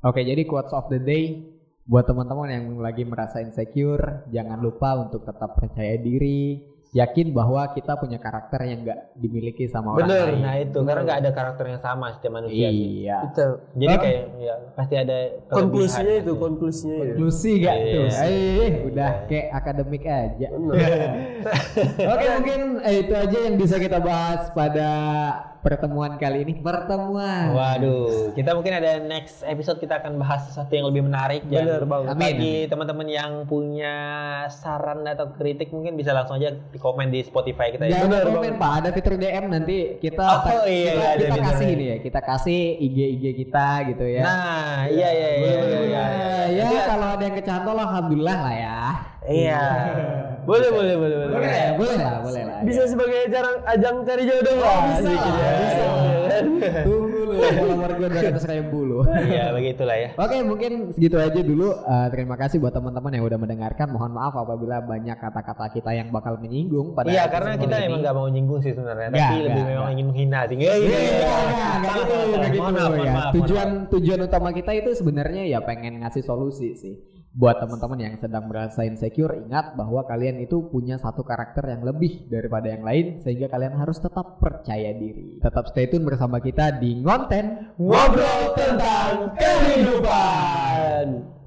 Oke, jadi quotes of the day buat teman-teman yang lagi merasa insecure, jangan lupa untuk tetap percaya diri, yakin bahwa kita punya karakter yang nggak dimiliki sama orang
Bener.
lain.
Nah itu karena nggak ada karakter yang sama setiap manusia. sih.
Iya.
Itu.
Jadi
Oh.
kayak ya pasti ada kelebihan gitu.
Konklusinya
pasti.
itu, konklusinya ya. itu.
Lucy gak
Iya.
tuh? Eh, udah
Iya.
kayak akademik aja.
Bener.
Oke, mungkin eh, itu aja yang bisa kita bahas pada pertemuan kali ini. Pertemuan.
Waduh, kita mungkin ada next episode kita akan bahas sesuatu yang lebih menarik. dan
Bener banget.
Amin.
Bagi teman-teman yang punya saran atau kritik mungkin bisa langsung aja di komen di Spotify kita. ya.
Jangan
Bener,
komen Pak, ada fitur DM nanti kita
Oh, iya,
kita,
iya, ada
kita
fitur
kasih
DM.
ini ya, kita kasih IG IG kita gitu ya.
Nah, iya iya iya iya. iya,
Eh, ya, kalau ada yang kecantol alhamdulillah lah ya.
Iya.
Boleh, boleh, boleh, boleh.
Boleh, ya, boleh lah, boleh lah.
Bisa sebagai jarang, ajang cari jodoh
Oh,
lah.
iya,
bisa,
Sedikit
lah,
ya.
bisa. lah. ya, Tunggu lu, follower gue 200 ribu lu.
Iya, begitulah ya.
Oke, mungkin segitu aja dulu. Eh, terima kasih buat teman-teman yang udah mendengarkan. Mohon maaf apabila banyak kata-kata kita yang bakal menyinggung pada
Iya,
episode
karena kita
ini.
emang gak mau nyinggung sih sebenarnya,
Nggak,
tapi lebih
nggak,
memang
nggak.
ingin menghina sih. Iya,
Iya,
iya,
iya,
iya.
iya, nggak
Salah,
gitu,
salah,
nggak
salah.
gitu,
Mohon maaf,
ya.
mohon maaf, mohon
Tujuan
maaf.
tujuan utama kita itu sebenarnya ya pengen ngasih solusi sih. Buat teman-teman yang sedang merasa insecure, ingat bahwa kalian itu punya satu karakter yang lebih daripada yang lain sehingga kalian harus tetap percaya diri. Tetap stay tune bersama kita di Ngonten
Ngobrol tentang kehidupan.